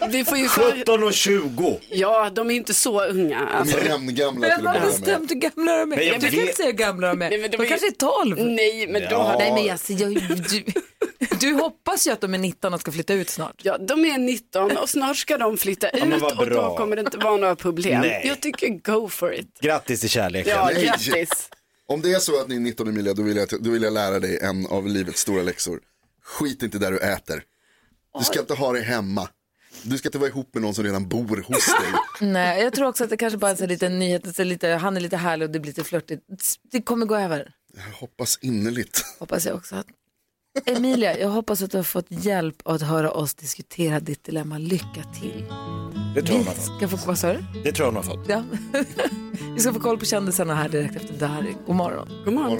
Speaker 4: De, vi får ju för...
Speaker 5: 17 och 20.
Speaker 4: Ja, de är inte så unga.
Speaker 3: De
Speaker 4: Alltså.
Speaker 3: är jämngamla
Speaker 2: Vem
Speaker 3: till att
Speaker 2: har
Speaker 3: börja med.
Speaker 2: bestämt hur gamla de är?
Speaker 5: Nej, jag
Speaker 2: du kan
Speaker 5: vet-
Speaker 2: inte säga hur gamla de är.
Speaker 4: Nej, men
Speaker 2: de
Speaker 4: de är ju-
Speaker 2: kanske är 12.
Speaker 4: Nej, men de,
Speaker 5: Ja.
Speaker 4: har...
Speaker 2: Nej, men jag, jag, du, du hoppas ju att de är 19 och ska flytta ut snart.
Speaker 4: Ja, de är 19 och snart ska de flytta ut
Speaker 5: men vad
Speaker 4: och då
Speaker 5: bra.
Speaker 4: kommer det inte vara några problem.
Speaker 5: Nej.
Speaker 4: Jag tycker go for it.
Speaker 5: Grattis till kärleken.
Speaker 4: Ja,
Speaker 3: Nej.
Speaker 4: grattis.
Speaker 3: Om det är så att ni är 19 Emilia, då vill, jag, då vill jag lära dig en av livets stora läxor. Skit inte där du äter. Du ska inte ha det hemma. Du ska inte vara ihop med någon som redan bor hos dig.
Speaker 2: Nej, jag tror också att det kanske bara är en sån här liten nyhet, så lite, han är lite härlig och det blir lite flörtigt. Det kommer gå över,
Speaker 3: Jag hoppas innerligt.
Speaker 2: hoppas jag också. Emilia, jag hoppas att du har fått hjälp av att höra oss diskutera ditt dilemma. Lycka till.
Speaker 5: Det tror jag
Speaker 2: Vi
Speaker 5: hon har fått.
Speaker 2: ska få, vad sa du?
Speaker 5: Det tror jag hon har fått.
Speaker 2: Ja. [laughs] Vi ska få koll på kändisarna här direkt efter Dari. God morgon.
Speaker 4: God morgon.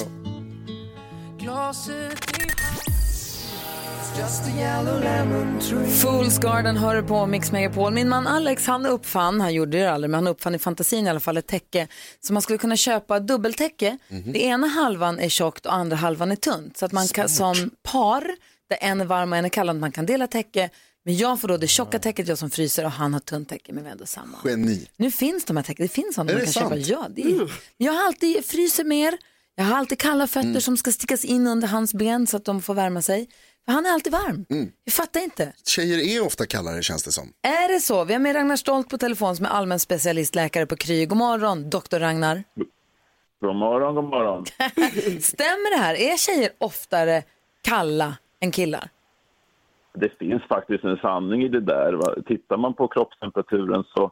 Speaker 2: Fools Garden hör du på Mix Megapol. Min man Alex han uppfann, han gjorde det aldrig, men han uppfann i fantasin i alla fall ett täcke som man skulle kunna köpa dubbeltäcke.
Speaker 3: Mhm.
Speaker 2: Det ena halvan är tjockt och andra halvan är tunt. Så att man kan, som par, där en är varm och en är kall, att man kan dela täcke. Men jag får då det tjocka täcket, jag som fryser, och han har tunt täcke, men vi är ändå samma.
Speaker 3: Geni.
Speaker 2: Nu finns de här täcken, det finns sådana
Speaker 3: Är
Speaker 2: man
Speaker 3: det
Speaker 2: kan
Speaker 3: sant? Uh.
Speaker 2: köpa. Ja, det är... Jag har alltid fryser mer, jag har alltid kalla fötter
Speaker 3: Mm.
Speaker 2: som ska stickas in under hans ben så att de får värma sig. För han är alltid varm.
Speaker 3: Mm.
Speaker 2: Jag fattar inte.
Speaker 3: Tjejer är ofta kallare känns det som.
Speaker 2: Är det så? Vi har med Ragnar Stolt på telefon som är allmän specialistläkare på Kry. God morgon, doktor Ragnar.
Speaker 12: Mm.
Speaker 11: God morgon, god morgon.
Speaker 2: Stämmer det här? Är tjejer oftare kalla än killar?
Speaker 11: Det finns faktiskt en sanning i det där. Va? Tittar man på kroppstemperaturen så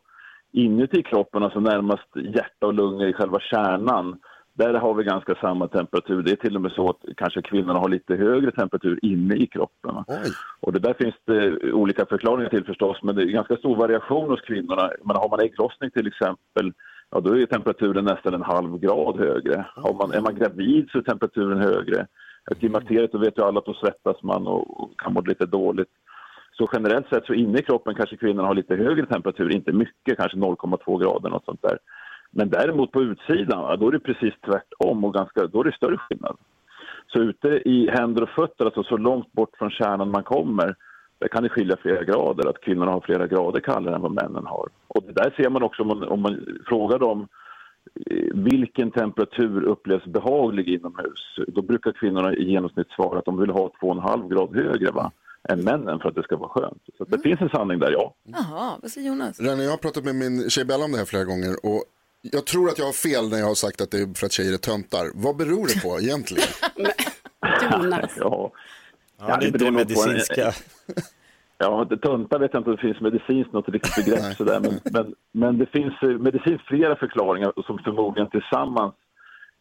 Speaker 11: inuti kroppen, alltså närmast hjärta och lungor i själva kärnan,
Speaker 12: Där har vi ganska samma temperatur. Det är till och med så att kanske kvinnorna har lite högre temperatur inne i kroppen. va. Och det där finns det olika förklaringar till förstås, men det är ganska stor variation hos kvinnorna. Men har man ägglossning till exempel, ja då är temperaturen nästan en halv grad högre. Har man, är man gravid så är temperaturen högre. Klimakteriet, då vet ju alla att då svettas man och och kan må lite dåligt. Så generellt sett så inne i kroppen kanske kvinnorna har lite högre temperatur, inte mycket, kanske 0,2 grader något sånt där. Men däremot på utsidan, va, då är det precis tvärtom och ganska, då är det större skillnad. Så ute i händer och fötter, alltså så långt bort från kärnan man kommer, där kan det skilja flera grader, att kvinnorna har flera grader kallare än vad männen har. Och det där ser man också om man, om man frågar dem eh, vilken temperatur upplevs behaglig inomhus. Då brukar kvinnorna i genomsnitt svara att de vill ha 2,5 grad högre va, än männen för att det ska vara skönt. Så
Speaker 3: Mm.
Speaker 12: att det finns en sanning där, ja.
Speaker 2: Jaha, vad säger Jonas?
Speaker 3: René, jag har pratat med min tjej Bella om det här flera gånger och jag tror att jag har fel när jag har sagt att det är för att tjejer är töntar. Vad beror det på egentligen?
Speaker 12: Ja.
Speaker 3: Ja, det är inte
Speaker 12: beror nog på
Speaker 3: medicinska.
Speaker 12: en- Ja, det- töntar vet jag inte om det finns medicinskt något riktigt begrepp sådär, men, men, men det finns eh, medicinskt flera förklaringar som förmodligen tillsammans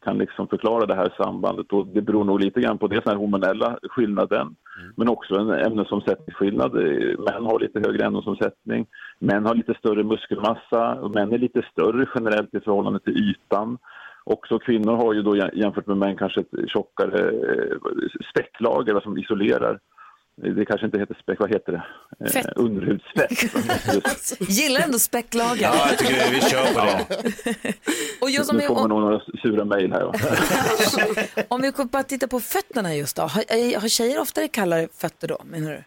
Speaker 12: kan liksom förklara det här sambandet och det beror nog lite grann på dels den här hormonella skillnaden men också en ämnesomsättningsskillnad. Eh, Män har lite högre ämnesomsättning, män har lite större muskelmassa och män är lite större generellt i förhållande till ytan. Också kvinnor har ju då jäm- jämfört med män kanske ett tjockare eh, späcklager va, som isolerar. Det kanske inte heter späck, vad heter det? Eh,
Speaker 2: Fett. [laughs]
Speaker 12: Underhudsfett. Mm.
Speaker 2: Gillar ändå späcklagen.
Speaker 12: det.
Speaker 2: Och just om,
Speaker 12: Nu
Speaker 2: vi,
Speaker 12: kommer
Speaker 2: om,
Speaker 12: nog några sura mejl
Speaker 2: [laughs]
Speaker 12: här. va?
Speaker 2: om vi bara tittar på fötterna just då. Har, har tjejer oftare kallare fötter då, menar du?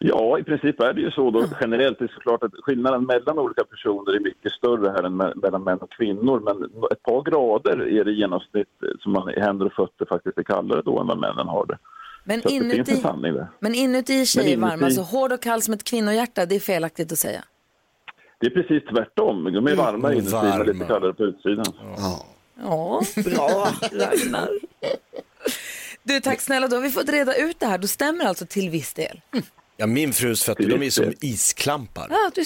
Speaker 12: Ja, i princip är det ju så. Då. Generellt är det såklart att skillnaden mellan olika personer är mycket större här än me- mellan män och kvinnor. Men ett par grader är det i genomsnitt eh, som man i händer och fötter faktiskt är kallare då än vad männen har det.
Speaker 2: Men
Speaker 12: så att det finns
Speaker 2: inuti-
Speaker 12: en sanning där.
Speaker 2: Men inuti är tjejer
Speaker 12: inuti-
Speaker 2: varma, så hård och kall som ett kvinnohjärta, det är felaktigt att säga.
Speaker 12: Det är precis tvärtom. De är varma inuti men lite kallare på utsidan.
Speaker 2: Ja, bra Ragnar. [laughs] Du, tack snälla. Då har vi fått reda ut det här. Då stämmer det alltså till viss del.
Speaker 5: Ja, min frus fötter, de är som isklampar.
Speaker 2: Ja, du...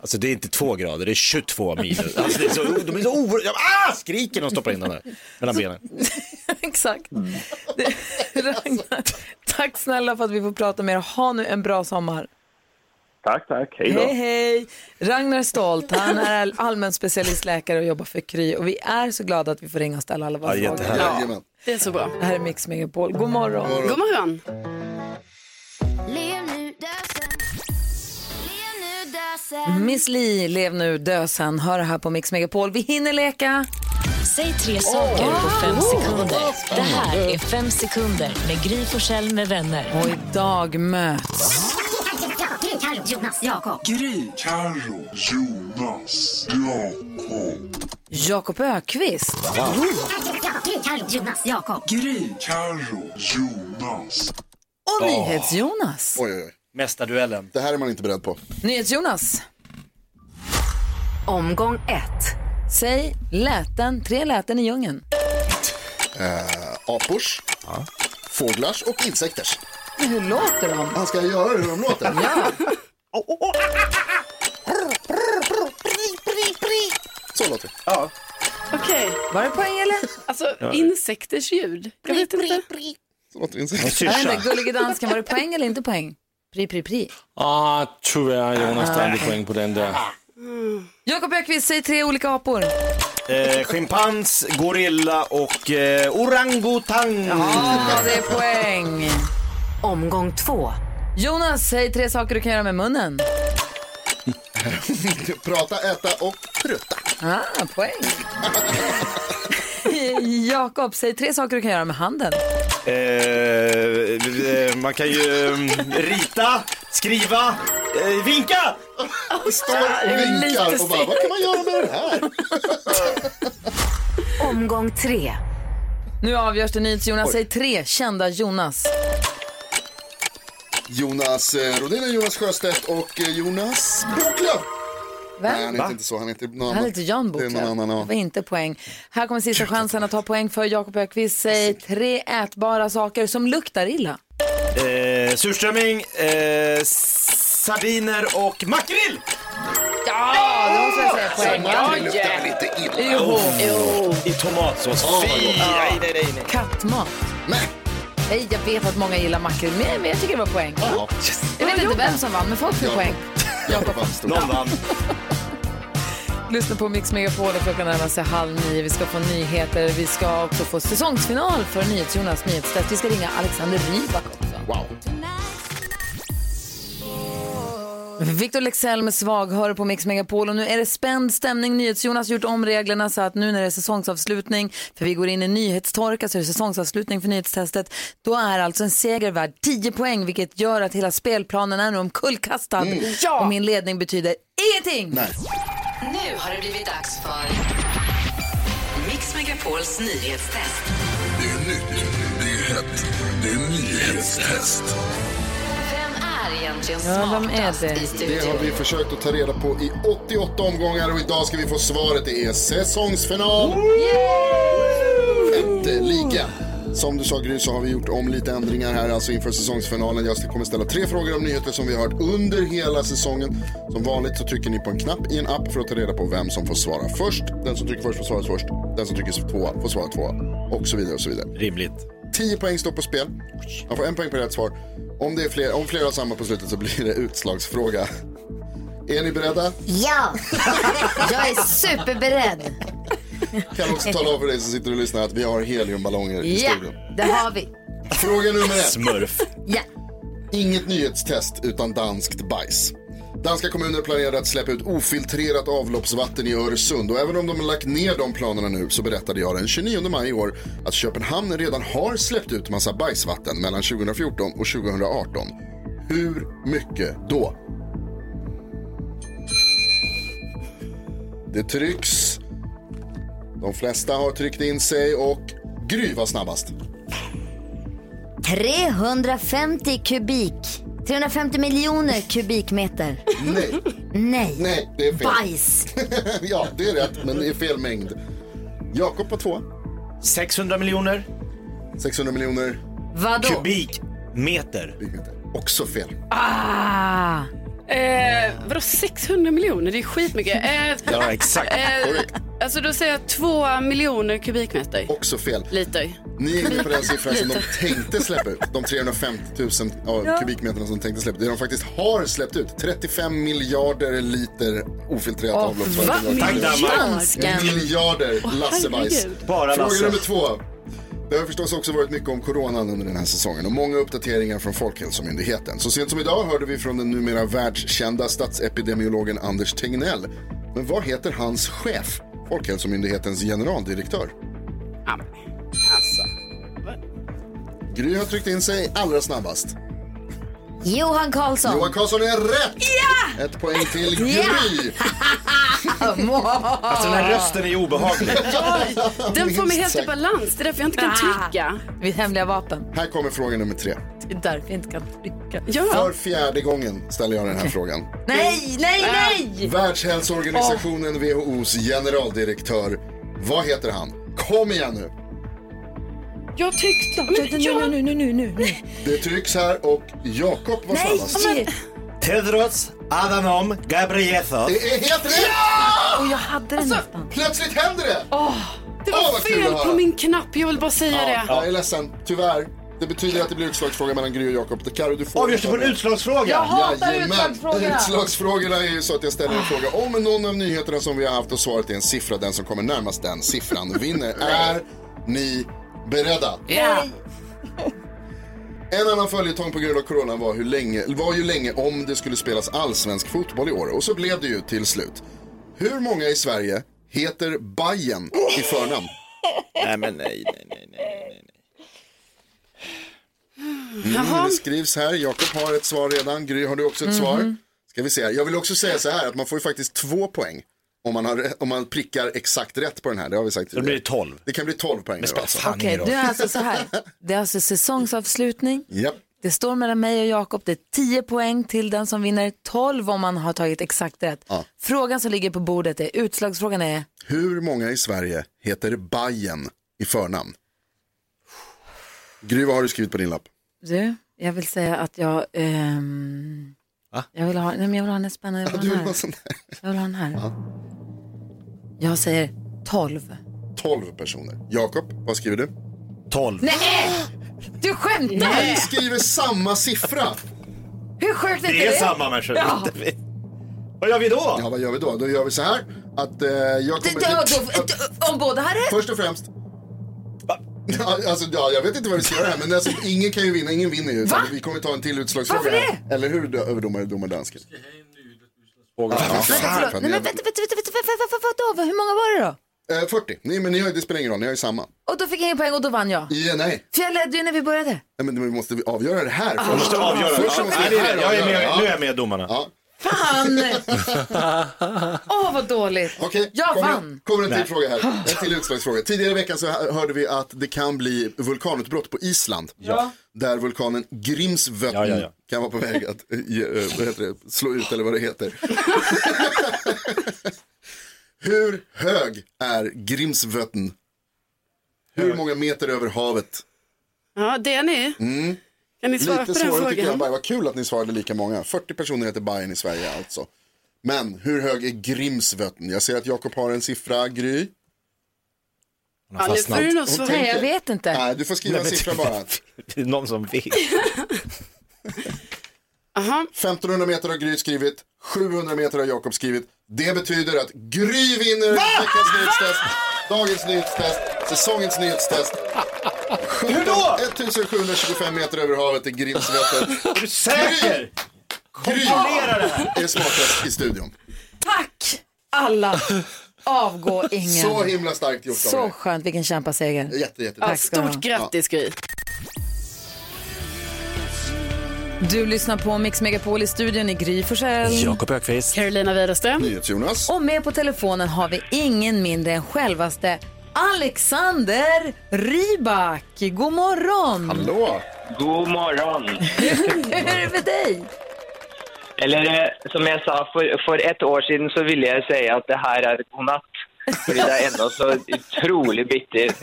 Speaker 5: Alltså det är inte två grader, det är 22 minus. Alltså, det är så, de är så oerhört, jag ah, skriker när de stoppar in den där mellan benen.
Speaker 2: [laughs] Exakt.
Speaker 5: Mm.
Speaker 2: Det, [laughs] Ragnar, tack snälla för att vi får prata med er. Ha nu en bra sommar.
Speaker 12: [laughs] Tack, tack. Hej då.
Speaker 2: Hej, hej. Ragnar Stolt, han är allmän specialistläkare och jobbar för Kry. Och vi är så glada att vi får ringa och ställa alla våra
Speaker 5: Ja,
Speaker 2: frågor.
Speaker 5: jättehärligt. Jajamän.
Speaker 2: Det är så bra. Det här är Mix Megapol. God morgon.
Speaker 4: God morgon.
Speaker 2: Miss Li, lev nu, dö sen. Hör det här på Mix Megapol. Vi hinner leka.
Speaker 13: Säg tre saker på fem sekunder. Det här är fem sekunder med Gry Forssell med vänner.
Speaker 2: Och idag möts...
Speaker 13: Gry, Carro, Jonas, Jakob.
Speaker 2: Gry.
Speaker 14: Carro, Jonas, Jakob.
Speaker 2: Jakob Ökvist.
Speaker 13: Gry, Carro, Jonas, Jakob.
Speaker 14: Gry, Carro, Jonas.
Speaker 2: Och NyhetsJonas.
Speaker 3: Oj, oj, oj.
Speaker 5: Mästarduellen.
Speaker 3: Det här är man inte beredd på.
Speaker 2: NyhetsJonas.
Speaker 13: Omgång ett.
Speaker 2: Säg läten, tre läten i djungeln.
Speaker 3: Eh, apors, fåglars och insekters.
Speaker 2: Men hur låter de?
Speaker 3: Han ska göra hur de låter. Så låter det.
Speaker 5: Ja.
Speaker 4: Okej.
Speaker 2: Var det poäng eller?
Speaker 4: Alltså
Speaker 3: Ja.
Speaker 4: insekters ljud. Jag vet inte.
Speaker 3: Så låter insekter.
Speaker 2: Jag vet inte, Gullige dansken, var det poäng eller inte poäng? Pri, pri, pri.
Speaker 6: Ah, tyvärr Jonas, det är aldrig poäng på den där.
Speaker 2: Jakob Ökvist, säg tre olika apor.
Speaker 5: Eh, schimpans, gorilla och eh, orangutang.
Speaker 2: Ja, det är poäng.
Speaker 13: Omgång två.
Speaker 2: Jonas, säg tre saker du kan göra med munnen.
Speaker 3: Prata, äta och prutta.
Speaker 2: Ah, poäng. [laughs] Jakob, säg tre saker du kan göra med handen.
Speaker 5: Eh, eh, man kan ju eh, rita, skriva, eh, vinka.
Speaker 3: Står och vinkar och bara, vad kan man göra med det här?
Speaker 13: Omgång tre.
Speaker 2: Nu avgörs det NyhetsJonas,
Speaker 3: Oj.
Speaker 2: säg tre kända Jonas.
Speaker 3: Jonas eh, Rodin, Jonas Sjöstedt och eh, Jonas Boklöv.
Speaker 2: Vem?
Speaker 3: Nej, han
Speaker 2: Va?
Speaker 3: heter inte så. Han heter någon
Speaker 2: Han
Speaker 3: annan.
Speaker 2: heter Jan
Speaker 3: Det är
Speaker 2: Boklöv.
Speaker 3: någon annan,
Speaker 2: Det
Speaker 3: ja.
Speaker 2: var inte poäng. Här kommer sista chansen att ta poäng för Jakob Ökvist. Säg tre ätbara saker som luktar illa.
Speaker 5: Eh, surströmming, eh, sardiner och makrill.
Speaker 15: Ja, det var så jag säger poäng.
Speaker 2: Ja,
Speaker 15: Ja,
Speaker 2: ja.
Speaker 15: ja.
Speaker 3: lite
Speaker 2: illa. Jo.
Speaker 5: I tomatsås.
Speaker 2: Åh, vad
Speaker 5: Fy!
Speaker 2: gott.
Speaker 5: Nej, nej, nej, nej.
Speaker 2: Kattmat. Nej, jag vet att många gillar makrill, men men jag tycker det var poäng. Jag vet inte vem som vann, men folk fick
Speaker 3: [laughs]
Speaker 2: poäng.
Speaker 5: Någon vann.
Speaker 2: Lyssna på Mix Megapol och klockan närmar sig halv nio. Vi ska få nyheter. Vi ska också få säsongsfinal för NyhetsJonas nyhetstest. Vi ska ringa Alexander Rybak också.
Speaker 3: Wow.
Speaker 2: Victor Lexell med Svaghöre på Mix Megapol och nu är det spänd stämning. NyhetsJonas har gjort om reglerna så att nu när det är säsongsavslutning, för vi går in i nyhetstorka så är det säsongsavslutning för nyhetstestet, då är alltså en seger värd 10 poäng vilket gör att hela spelplanen är nu omkullkastad
Speaker 13: Mm. Ja!
Speaker 2: och min ledning betyder ingenting.
Speaker 13: Nu har det blivit dags för Mix Megapols nyhetstest.
Speaker 14: Det är nytt, det är hett, det är nyhetstest.
Speaker 13: Vem är egentligen
Speaker 2: Ja, vem
Speaker 13: smartast
Speaker 2: är det?
Speaker 13: i
Speaker 3: Det har
Speaker 13: studion?
Speaker 3: vi försökt att ta reda på i 88 omgångar och idag ska vi få svaret. Det är säsongsfinal! Äntligen! Som du sa Gry så har vi gjort om lite ändringar här alltså inför säsongsfinalen. Jag kommer ställa tre frågor om nyheter som vi har hört under hela säsongen. Som vanligt så trycker ni på en knapp i en app för att ta reda på vem som får svara först. Den som trycker först får svara först. Den som trycker tvåa får svara tvåa. Och så vidare och så vidare.
Speaker 5: Rimligt.
Speaker 3: 10 poäng står på spel. Man får en poäng per rätt svar. Om, det är fler, om flera har samma på slutet så blir det utslagsfråga. Är ni beredda?
Speaker 16: Ja, jag är superberedd.
Speaker 3: Kan också tala om för dig som sitter och lyssnar att vi har heliumballonger i
Speaker 16: Ja,
Speaker 3: studion.
Speaker 16: det har vi.
Speaker 3: Fråga nummer ett.
Speaker 5: Smurf.
Speaker 16: Ja.
Speaker 3: Inget nyhetstest utan danskt bajs. Danska kommuner planerar att släppa ut ofiltrerat avloppsvatten i Öresund och även om de har lagt ner de planerna nu så berättade jag den 29 maj i år att Köpenhamn redan har släppt ut massa bajsvatten mellan 2014 och 2018. Hur mycket då? Det trycks. De flesta har tryckt in sig och Gry var snabbast.
Speaker 16: 350 kubik. 350 miljoner kubikmeter.
Speaker 3: Nej.
Speaker 16: Nej.
Speaker 3: Nej, det är fel.
Speaker 16: Bajs.
Speaker 3: [laughs] ja, det är rätt, men det är fel mängd. Jakob på två.
Speaker 5: 600 miljoner.
Speaker 3: 600 miljoner.
Speaker 2: Vadå?
Speaker 5: Kubikmeter.
Speaker 3: Också fel.
Speaker 2: Ah!
Speaker 4: Eh, vadå 600 miljoner? Det är skitmycket. Eh,
Speaker 5: Ja, exakt.
Speaker 4: Eh, alltså då säger jag 2 miljoner kubikmeter.
Speaker 3: Också fel.
Speaker 4: Liter.
Speaker 3: Ni är inne på den siffran som de tänkte släppa ut. De 350 000 ja,
Speaker 4: Ja.
Speaker 3: kubikmeterna som de tänkte släppa ut. Det de faktiskt har släppt ut. 35 miljarder liter ofiltrerat
Speaker 5: Åh, va?
Speaker 3: avloppsvatten.
Speaker 5: Tack, Danmark. Dansken.
Speaker 3: Miljarder Lassebajs.
Speaker 5: herregud. Bara
Speaker 3: Fråga
Speaker 5: Lasse.
Speaker 3: nummer två. Det har förstås också varit mycket om coronan under den här säsongen och många uppdateringar från Folkhälsomyndigheten. Så sent som idag hörde vi från den numera världskända statsepidemiologen Anders Tegnell. Men vad heter hans chef, Folkhälsomyndighetens generaldirektör?
Speaker 4: Alltså.
Speaker 3: Gry har tryckt in sig allra snabbast.
Speaker 16: Johan Karlsson.
Speaker 3: Johan Karlsson är rätt!
Speaker 16: Ja!
Speaker 3: Ett poäng till Gry.
Speaker 16: Ja!
Speaker 5: Alltså den här rösten är obehaglig.
Speaker 4: Den får mig helt
Speaker 3: Minst
Speaker 4: i
Speaker 3: sagt.
Speaker 4: balans. Det är därför jag inte kan
Speaker 2: Ah.
Speaker 4: trycka.
Speaker 2: Vid hemliga vapen.
Speaker 3: Här kommer fråga nummer tre.
Speaker 2: Det är därför jag inte kan trycka.
Speaker 3: För fjärde gången ställer jag den här frågan.
Speaker 16: Nej, nej,
Speaker 2: Ah.
Speaker 16: nej!
Speaker 3: Världshälsoorganisationen WHOs generaldirektör. Vad heter han? Kom igen nu.
Speaker 4: Jag tyckte...
Speaker 15: Nu, nu, nu, nu, nu. nu.
Speaker 3: Det trycks här och Jakob var
Speaker 15: Nej!
Speaker 3: snabbast.
Speaker 5: Tedros Adhanom Ghebreyesus.
Speaker 3: Det är helt rätt!
Speaker 4: Och
Speaker 2: jag hade den
Speaker 16: Alltså.
Speaker 4: nästan.
Speaker 3: Plötsligt händer det!
Speaker 4: det var
Speaker 3: Åh, vad kul
Speaker 4: fel
Speaker 3: att höra.
Speaker 4: på min knapp. Jag vill bara säga
Speaker 3: Ja,
Speaker 4: det.
Speaker 3: jag är ledsen, tyvärr. Det betyder att det blir utslagsfråga mellan Gry och Jakob. Det- Karo, du får...
Speaker 5: Avgörs det på en utslagsfråga? Jag hatar
Speaker 3: Jajamän.
Speaker 5: utslagsfrågorna.
Speaker 3: Utslagsfrågorna är ju så att jag ställer en fråga om någon av nyheterna som vi har haft och svaret är en siffra. Den som kommer närmast den siffran
Speaker 5: [laughs]
Speaker 3: vinner. Är ni beredda?
Speaker 15: Ja.
Speaker 3: [laughs] En annan följetong på grund av corona var, hur länge, var ju länge om det skulle spelas allsvensk fotboll i år och så blev det ju till slut. Hur många i Sverige heter Bajen i förnamn?
Speaker 5: Nej, men nej, nej, nej, nej.
Speaker 3: Mm, det skrivs här. Jakob har ett svar redan. Gry, har du också ett
Speaker 2: Mm-hmm.
Speaker 3: svar? Ska vi se här. Jag vill också säga så här att man får ju faktiskt två poäng om man, har, om man prickar exakt rätt på den här. Det har vi sagt
Speaker 5: Då blir det 12.
Speaker 3: Det kan bli 12 poäng. nu alltså.
Speaker 2: Okej, du är alltså så här. Det är alltså säsongsavslutning.
Speaker 3: Japp.
Speaker 2: Det står mellan mig och Jakob. Det är 10 poäng till den som vinner 12 om man har tagit exakt rätt.
Speaker 3: Ja.
Speaker 2: Frågan som ligger på bordet är, utslagsfrågan är,
Speaker 3: Hur många i Sverige heter Bajen i förnamn? Gry, vad har du skrivit på din lapp? [laughs]
Speaker 2: du, jag vill säga att jag, ehm, jag vill ha, nej, nej, men jag vill ha den här spännande. Jag vill ha den här. Jag vill ha den här. Jag säger 12.
Speaker 3: 12 personer. Jakob, vad skriver du?
Speaker 5: 12.
Speaker 2: Nej! Du skämtar!
Speaker 3: Ni skriver samma siffra.
Speaker 2: Hur sjukt
Speaker 3: Det är samma människor.
Speaker 2: Ja.
Speaker 5: Vad gör vi då?
Speaker 3: Ja, vad gör vi då? Då gör vi så här att eh, jag
Speaker 2: Det,
Speaker 3: kommer...
Speaker 2: det, då, om båda har rätt?
Speaker 3: Först och främst. Ja, alltså, ja, jag vet inte vad vi ska göra här, men alltså, ingen kan ju vinna, ingen vinner ju. utan
Speaker 2: Va?
Speaker 3: Vi kommer ta en till utslagsfråga.
Speaker 2: Varför
Speaker 3: här. Eller hur, dö- överdomare, domare dansken?
Speaker 6: Fråga.
Speaker 2: Förlåt, Nej, men vänta, vänta, vänta, vänta, vänta, vänta, vänta, vadå? Hur många var det då?
Speaker 3: Eh, 40. Nej, men ni har, ju- det spelar ingen roll, ni har ju samma.
Speaker 2: Och då fick jag ingen poäng och då vann jag.
Speaker 3: Ja, nej.
Speaker 2: För jag ledde ju när vi började.
Speaker 3: nej, men vi måste avgöra det här
Speaker 2: Ah.
Speaker 3: först.
Speaker 5: Vi måste avgöra.
Speaker 3: Först
Speaker 5: Ja,
Speaker 3: måste
Speaker 5: nej,
Speaker 3: vi
Speaker 5: det är
Speaker 3: här
Speaker 5: det. Jag är med,
Speaker 3: avgöra.
Speaker 5: nu är jag med domarna.
Speaker 2: Fan! [laughs] Åh, vad dåligt.
Speaker 3: Okej,
Speaker 2: jag
Speaker 3: kommer,
Speaker 2: vann.
Speaker 3: kommer en till
Speaker 5: Nej.
Speaker 3: fråga
Speaker 4: Ah.
Speaker 3: här. En till utslagsfråga. Tidigare i veckan så hö- hörde vi att det kan bli vulkanutbrott på Island.
Speaker 5: Ja.
Speaker 3: Där vulkanen Grimsvötn
Speaker 5: Ja, ja, ja.
Speaker 3: kan vara på väg att eh, ge, eh, vad heter det, slå ut eller vad
Speaker 4: [laughs]
Speaker 3: det heter. Hur hög är Grimsvötn? Hur många meter över havet?
Speaker 4: Ja, det är ni.
Speaker 3: Mm.
Speaker 4: Kan ni svara
Speaker 3: Lite
Speaker 4: på den
Speaker 3: svårare tycker jag.
Speaker 4: frågan?
Speaker 3: Bara, vad kul att ni svarade lika många. 40 personer heter Bayern i Sverige alltså. Men hur hög är Grimsvötn? Jag ser att Jakob har en siffra,
Speaker 5: har
Speaker 3: Gry.
Speaker 5: Ja, nu fastnat. får du nog svara.
Speaker 2: Nej, jag vet inte.
Speaker 3: Nej, du får skriva en
Speaker 5: Nej, men-
Speaker 3: siffra bara.
Speaker 5: [laughs] Det är någon som vet.
Speaker 3: 1500 meter har Gry skrivit, 700 meter har Jakob skrivit. Det betyder att Gry vinner veckans nyhetstest, dagens nyhetstest, säsongens nyhetstest. Hur då? 1725 meter över havet är Grimsvötn.
Speaker 5: Är du säker?
Speaker 3: Gry
Speaker 5: Kontrollera det här.
Speaker 3: är smartast i studion.
Speaker 2: Tack alla. Avgå ingen.
Speaker 3: Så himla starkt gjort av
Speaker 2: Så
Speaker 3: dig.
Speaker 2: skönt, vilken kämpaseger.
Speaker 3: Jätte, jätte.
Speaker 2: Tack ska du ha.
Speaker 4: Stort grattis Gry.
Speaker 2: Du lyssnar på Mix Megapol i studion i Gry Forssell.
Speaker 5: Ökvist.
Speaker 4: Carolina Widerström.
Speaker 3: Jonas.
Speaker 2: Och med på telefonen har vi ingen mindre än självaste Alexander Rybak. God morgon!
Speaker 3: Hallå!
Speaker 17: God morgon!
Speaker 2: Hur är det med dig?
Speaker 17: Eller eh, som jag sa, för, för ett år sedan så ville jag säga att det här är godnatt. För det är ändå så otroligt bitter.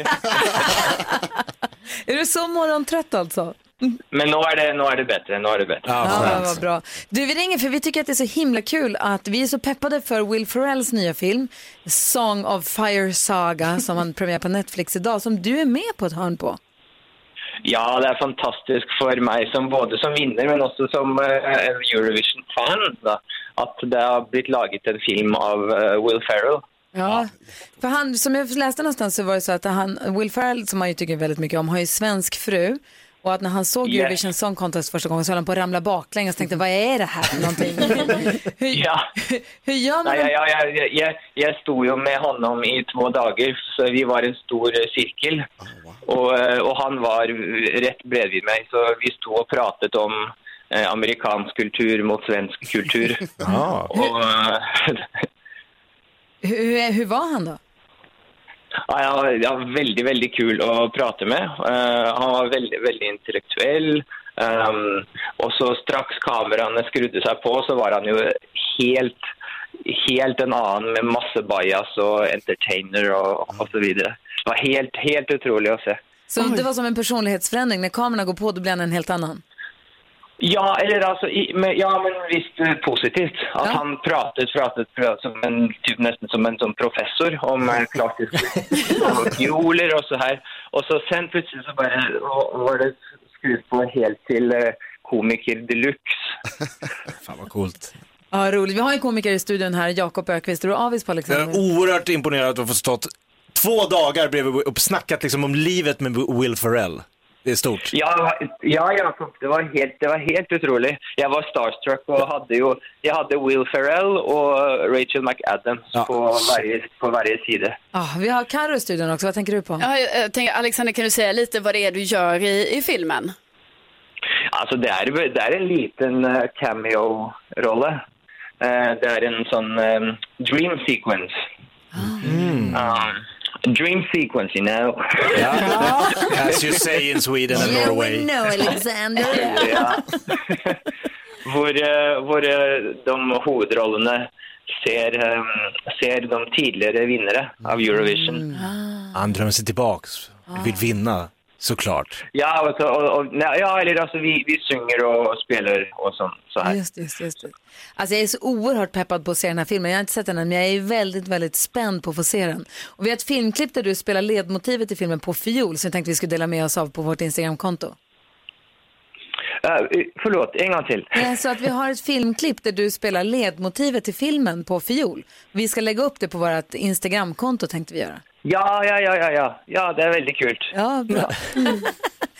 Speaker 2: Är du så morgontrött alltså?
Speaker 17: Men nu är det, nu är det bättre, nu är det bättre.
Speaker 2: Ja, vad bra. Du, vi ringer för vi tycker att det är så himla kul att vi är så peppade för Will Ferrells nya film Song of Fire [laughs] Saga som han premiär på Netflix idag som du är med på ett hörn på.
Speaker 17: Ja, det är fantastiskt för mig som både som vinnare men också som eh, en Eurovision-fan då, att det har blivit laget en film av eh, Will Ferrell.
Speaker 2: Ja, för han, som jag läste någonstans så var det så att han, Will Ferrell som man ju tycker väldigt mycket om har ju svensk fru och att när han såg
Speaker 17: Yeah.
Speaker 2: Eurovision Song Contest första gången så höll han på att ramla baklänges och tänkte vad är det här för [laughs] någonting?
Speaker 17: Ja.
Speaker 2: Hur gör man?
Speaker 17: Nej, jag, jag, jag, jag, jag stod ju med honom i två dagar, så vi var en stor eh, cirkel. och, eh, och han var eh, rätt bredvid mig, så vi stod och pratade om eh, amerikansk kultur mot svensk kultur. och, eh,
Speaker 2: Hur, hur, hur var han då?
Speaker 17: ja, ja, ja, väldigt, väldigt kul att prata med. Eh, han var väldigt, väldigt intellektuell. Ehm, och så strax kameran skrudde sig på så var han ju helt, helt en annan med massa bias och entertainer och, och så vidare. Det var helt, helt otroligt att se.
Speaker 2: Så det var som en personlighetsförändring, när kamerorna går på då blir han en helt annan.
Speaker 17: Ja, eller alltså, i, men, ja, men visst eh, positivt. Att han pratade, pratade, pratade som en, typ nästan som en som professor om eh, klassisk och fioler och så här. Och så sen plötsligt så bara och, och var det skruvat på helt till eh, komiker deluxe.
Speaker 5: Fan vad coolt.
Speaker 2: Ja, roligt. Vi har en komiker i studion här, Jakob Ökvist. Är du avis på
Speaker 5: Jag
Speaker 2: Alexander?
Speaker 5: är oerhört imponerad att du har fått stått två dagar bredvid och snackat liksom om livet med Will Ferrell. Det är stort.
Speaker 17: Ja, ja Jakob, det var, helt, det var helt otroligt. Jag var starstruck och hade ju, jag hade Will Ferrell och Rachel McAdams på, varje, på varje sida.
Speaker 2: Ja, vi har Carro i studion också, vad tänker du på?
Speaker 4: Ja, jag, jag tänker, Alexander, kan du säga lite vad det är du gör i, i filmen?
Speaker 17: Alltså det är, det är en liten eh, cameo-rolle. Eh, Det är en sån eh, dream sequence. Um, dream sequence, you know.
Speaker 5: As you say in Sweden and
Speaker 16: Yeah,
Speaker 5: Norway.
Speaker 16: we know
Speaker 2: [laughs]
Speaker 16: Alexander.
Speaker 17: [laughs] Ja. Hvor, eh, hvor eh, de hovedrollene ser, eh, ser de tidligere vinnere av Eurovision.
Speaker 2: Ah.
Speaker 5: Han drömmer sig tillbaks, vill vinna. Såklart.
Speaker 17: Ja, och så, och, och, nej, ja eller alltså vi, vi synger och spelar och så, så här.
Speaker 2: Just, just, just. Alltså jag är så oerhört peppad på att se den här filmen. Jag har inte sett den än, men jag är väldigt, väldigt spänd på att få se den. Och vi har ett filmklipp där du spelar ledmotivet i filmen på fiol, som jag tänkte vi skulle dela med oss av på vårt Instagramkonto.
Speaker 17: Eh, förlåt, en gång till.
Speaker 2: Nej, Så att vi har ett filmklipp där du spelar ledmotivet till filmen på fiol. Vi ska lägga upp det på vårt Instagramkonto tänkte vi göra.
Speaker 17: Ja, ja, ja, ja, ja, ja, det är väldigt kul.
Speaker 2: Ja, bra.
Speaker 5: [laughs]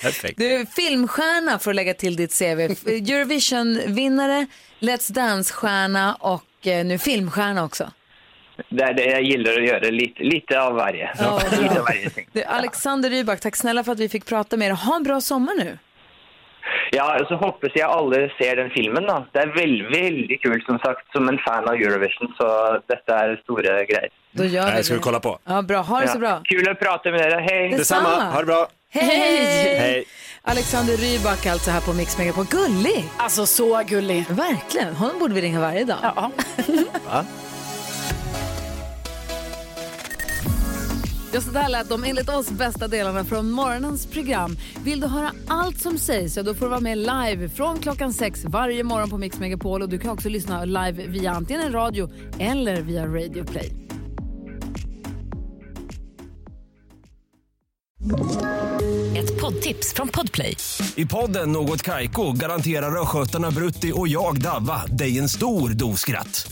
Speaker 5: Perfekt.
Speaker 2: Du är filmstjärna för att lägga till ditt CV. F- Eurovision-vinnare, Let's Dance-stjärna och eh, nu filmstjärna också.
Speaker 17: Det, det, jag gillar att göra lite, lite av varje.
Speaker 2: Ja, vad bra.
Speaker 17: lite av varje ting.
Speaker 2: Du, Alexander Rybak, tack snälla för att vi fick prata med er. Ha en bra sommar nu.
Speaker 17: Ja, så hoppas jag alla ser den filmen då. Det är väldigt, väldigt kul som sagt, som en fan av Eurovision, så detta är stora grejer.
Speaker 2: Då gör vi
Speaker 5: Jag ska
Speaker 2: det.
Speaker 5: kolla på.
Speaker 2: Ja, bra. Ha det så
Speaker 17: Ja.
Speaker 2: bra.
Speaker 17: Kul att prata med er, hej!
Speaker 5: Detsamma. Ha det bra.
Speaker 2: Hej!
Speaker 5: Hej.
Speaker 2: Alexander Rybak alltså här på Mix Megapol. Gullig!
Speaker 4: Alltså så gullig.
Speaker 2: Verkligen. Honom borde vi ringa varje dag.
Speaker 4: Ja.
Speaker 5: Va?
Speaker 1: Ja, så där lät de enligt oss bästa delarna från morgonens program. Vill du höra allt som sägs så då får du vara med live från klockan sex varje morgon på Mix Megapol. Och du kan också lyssna live via antingen radio eller via Radio Play.
Speaker 13: Ett poddtips från Podplay.
Speaker 18: I podden Något Kaiko garanterar östgötarna Brutti och jag, Davva, dig en stor dos skratt.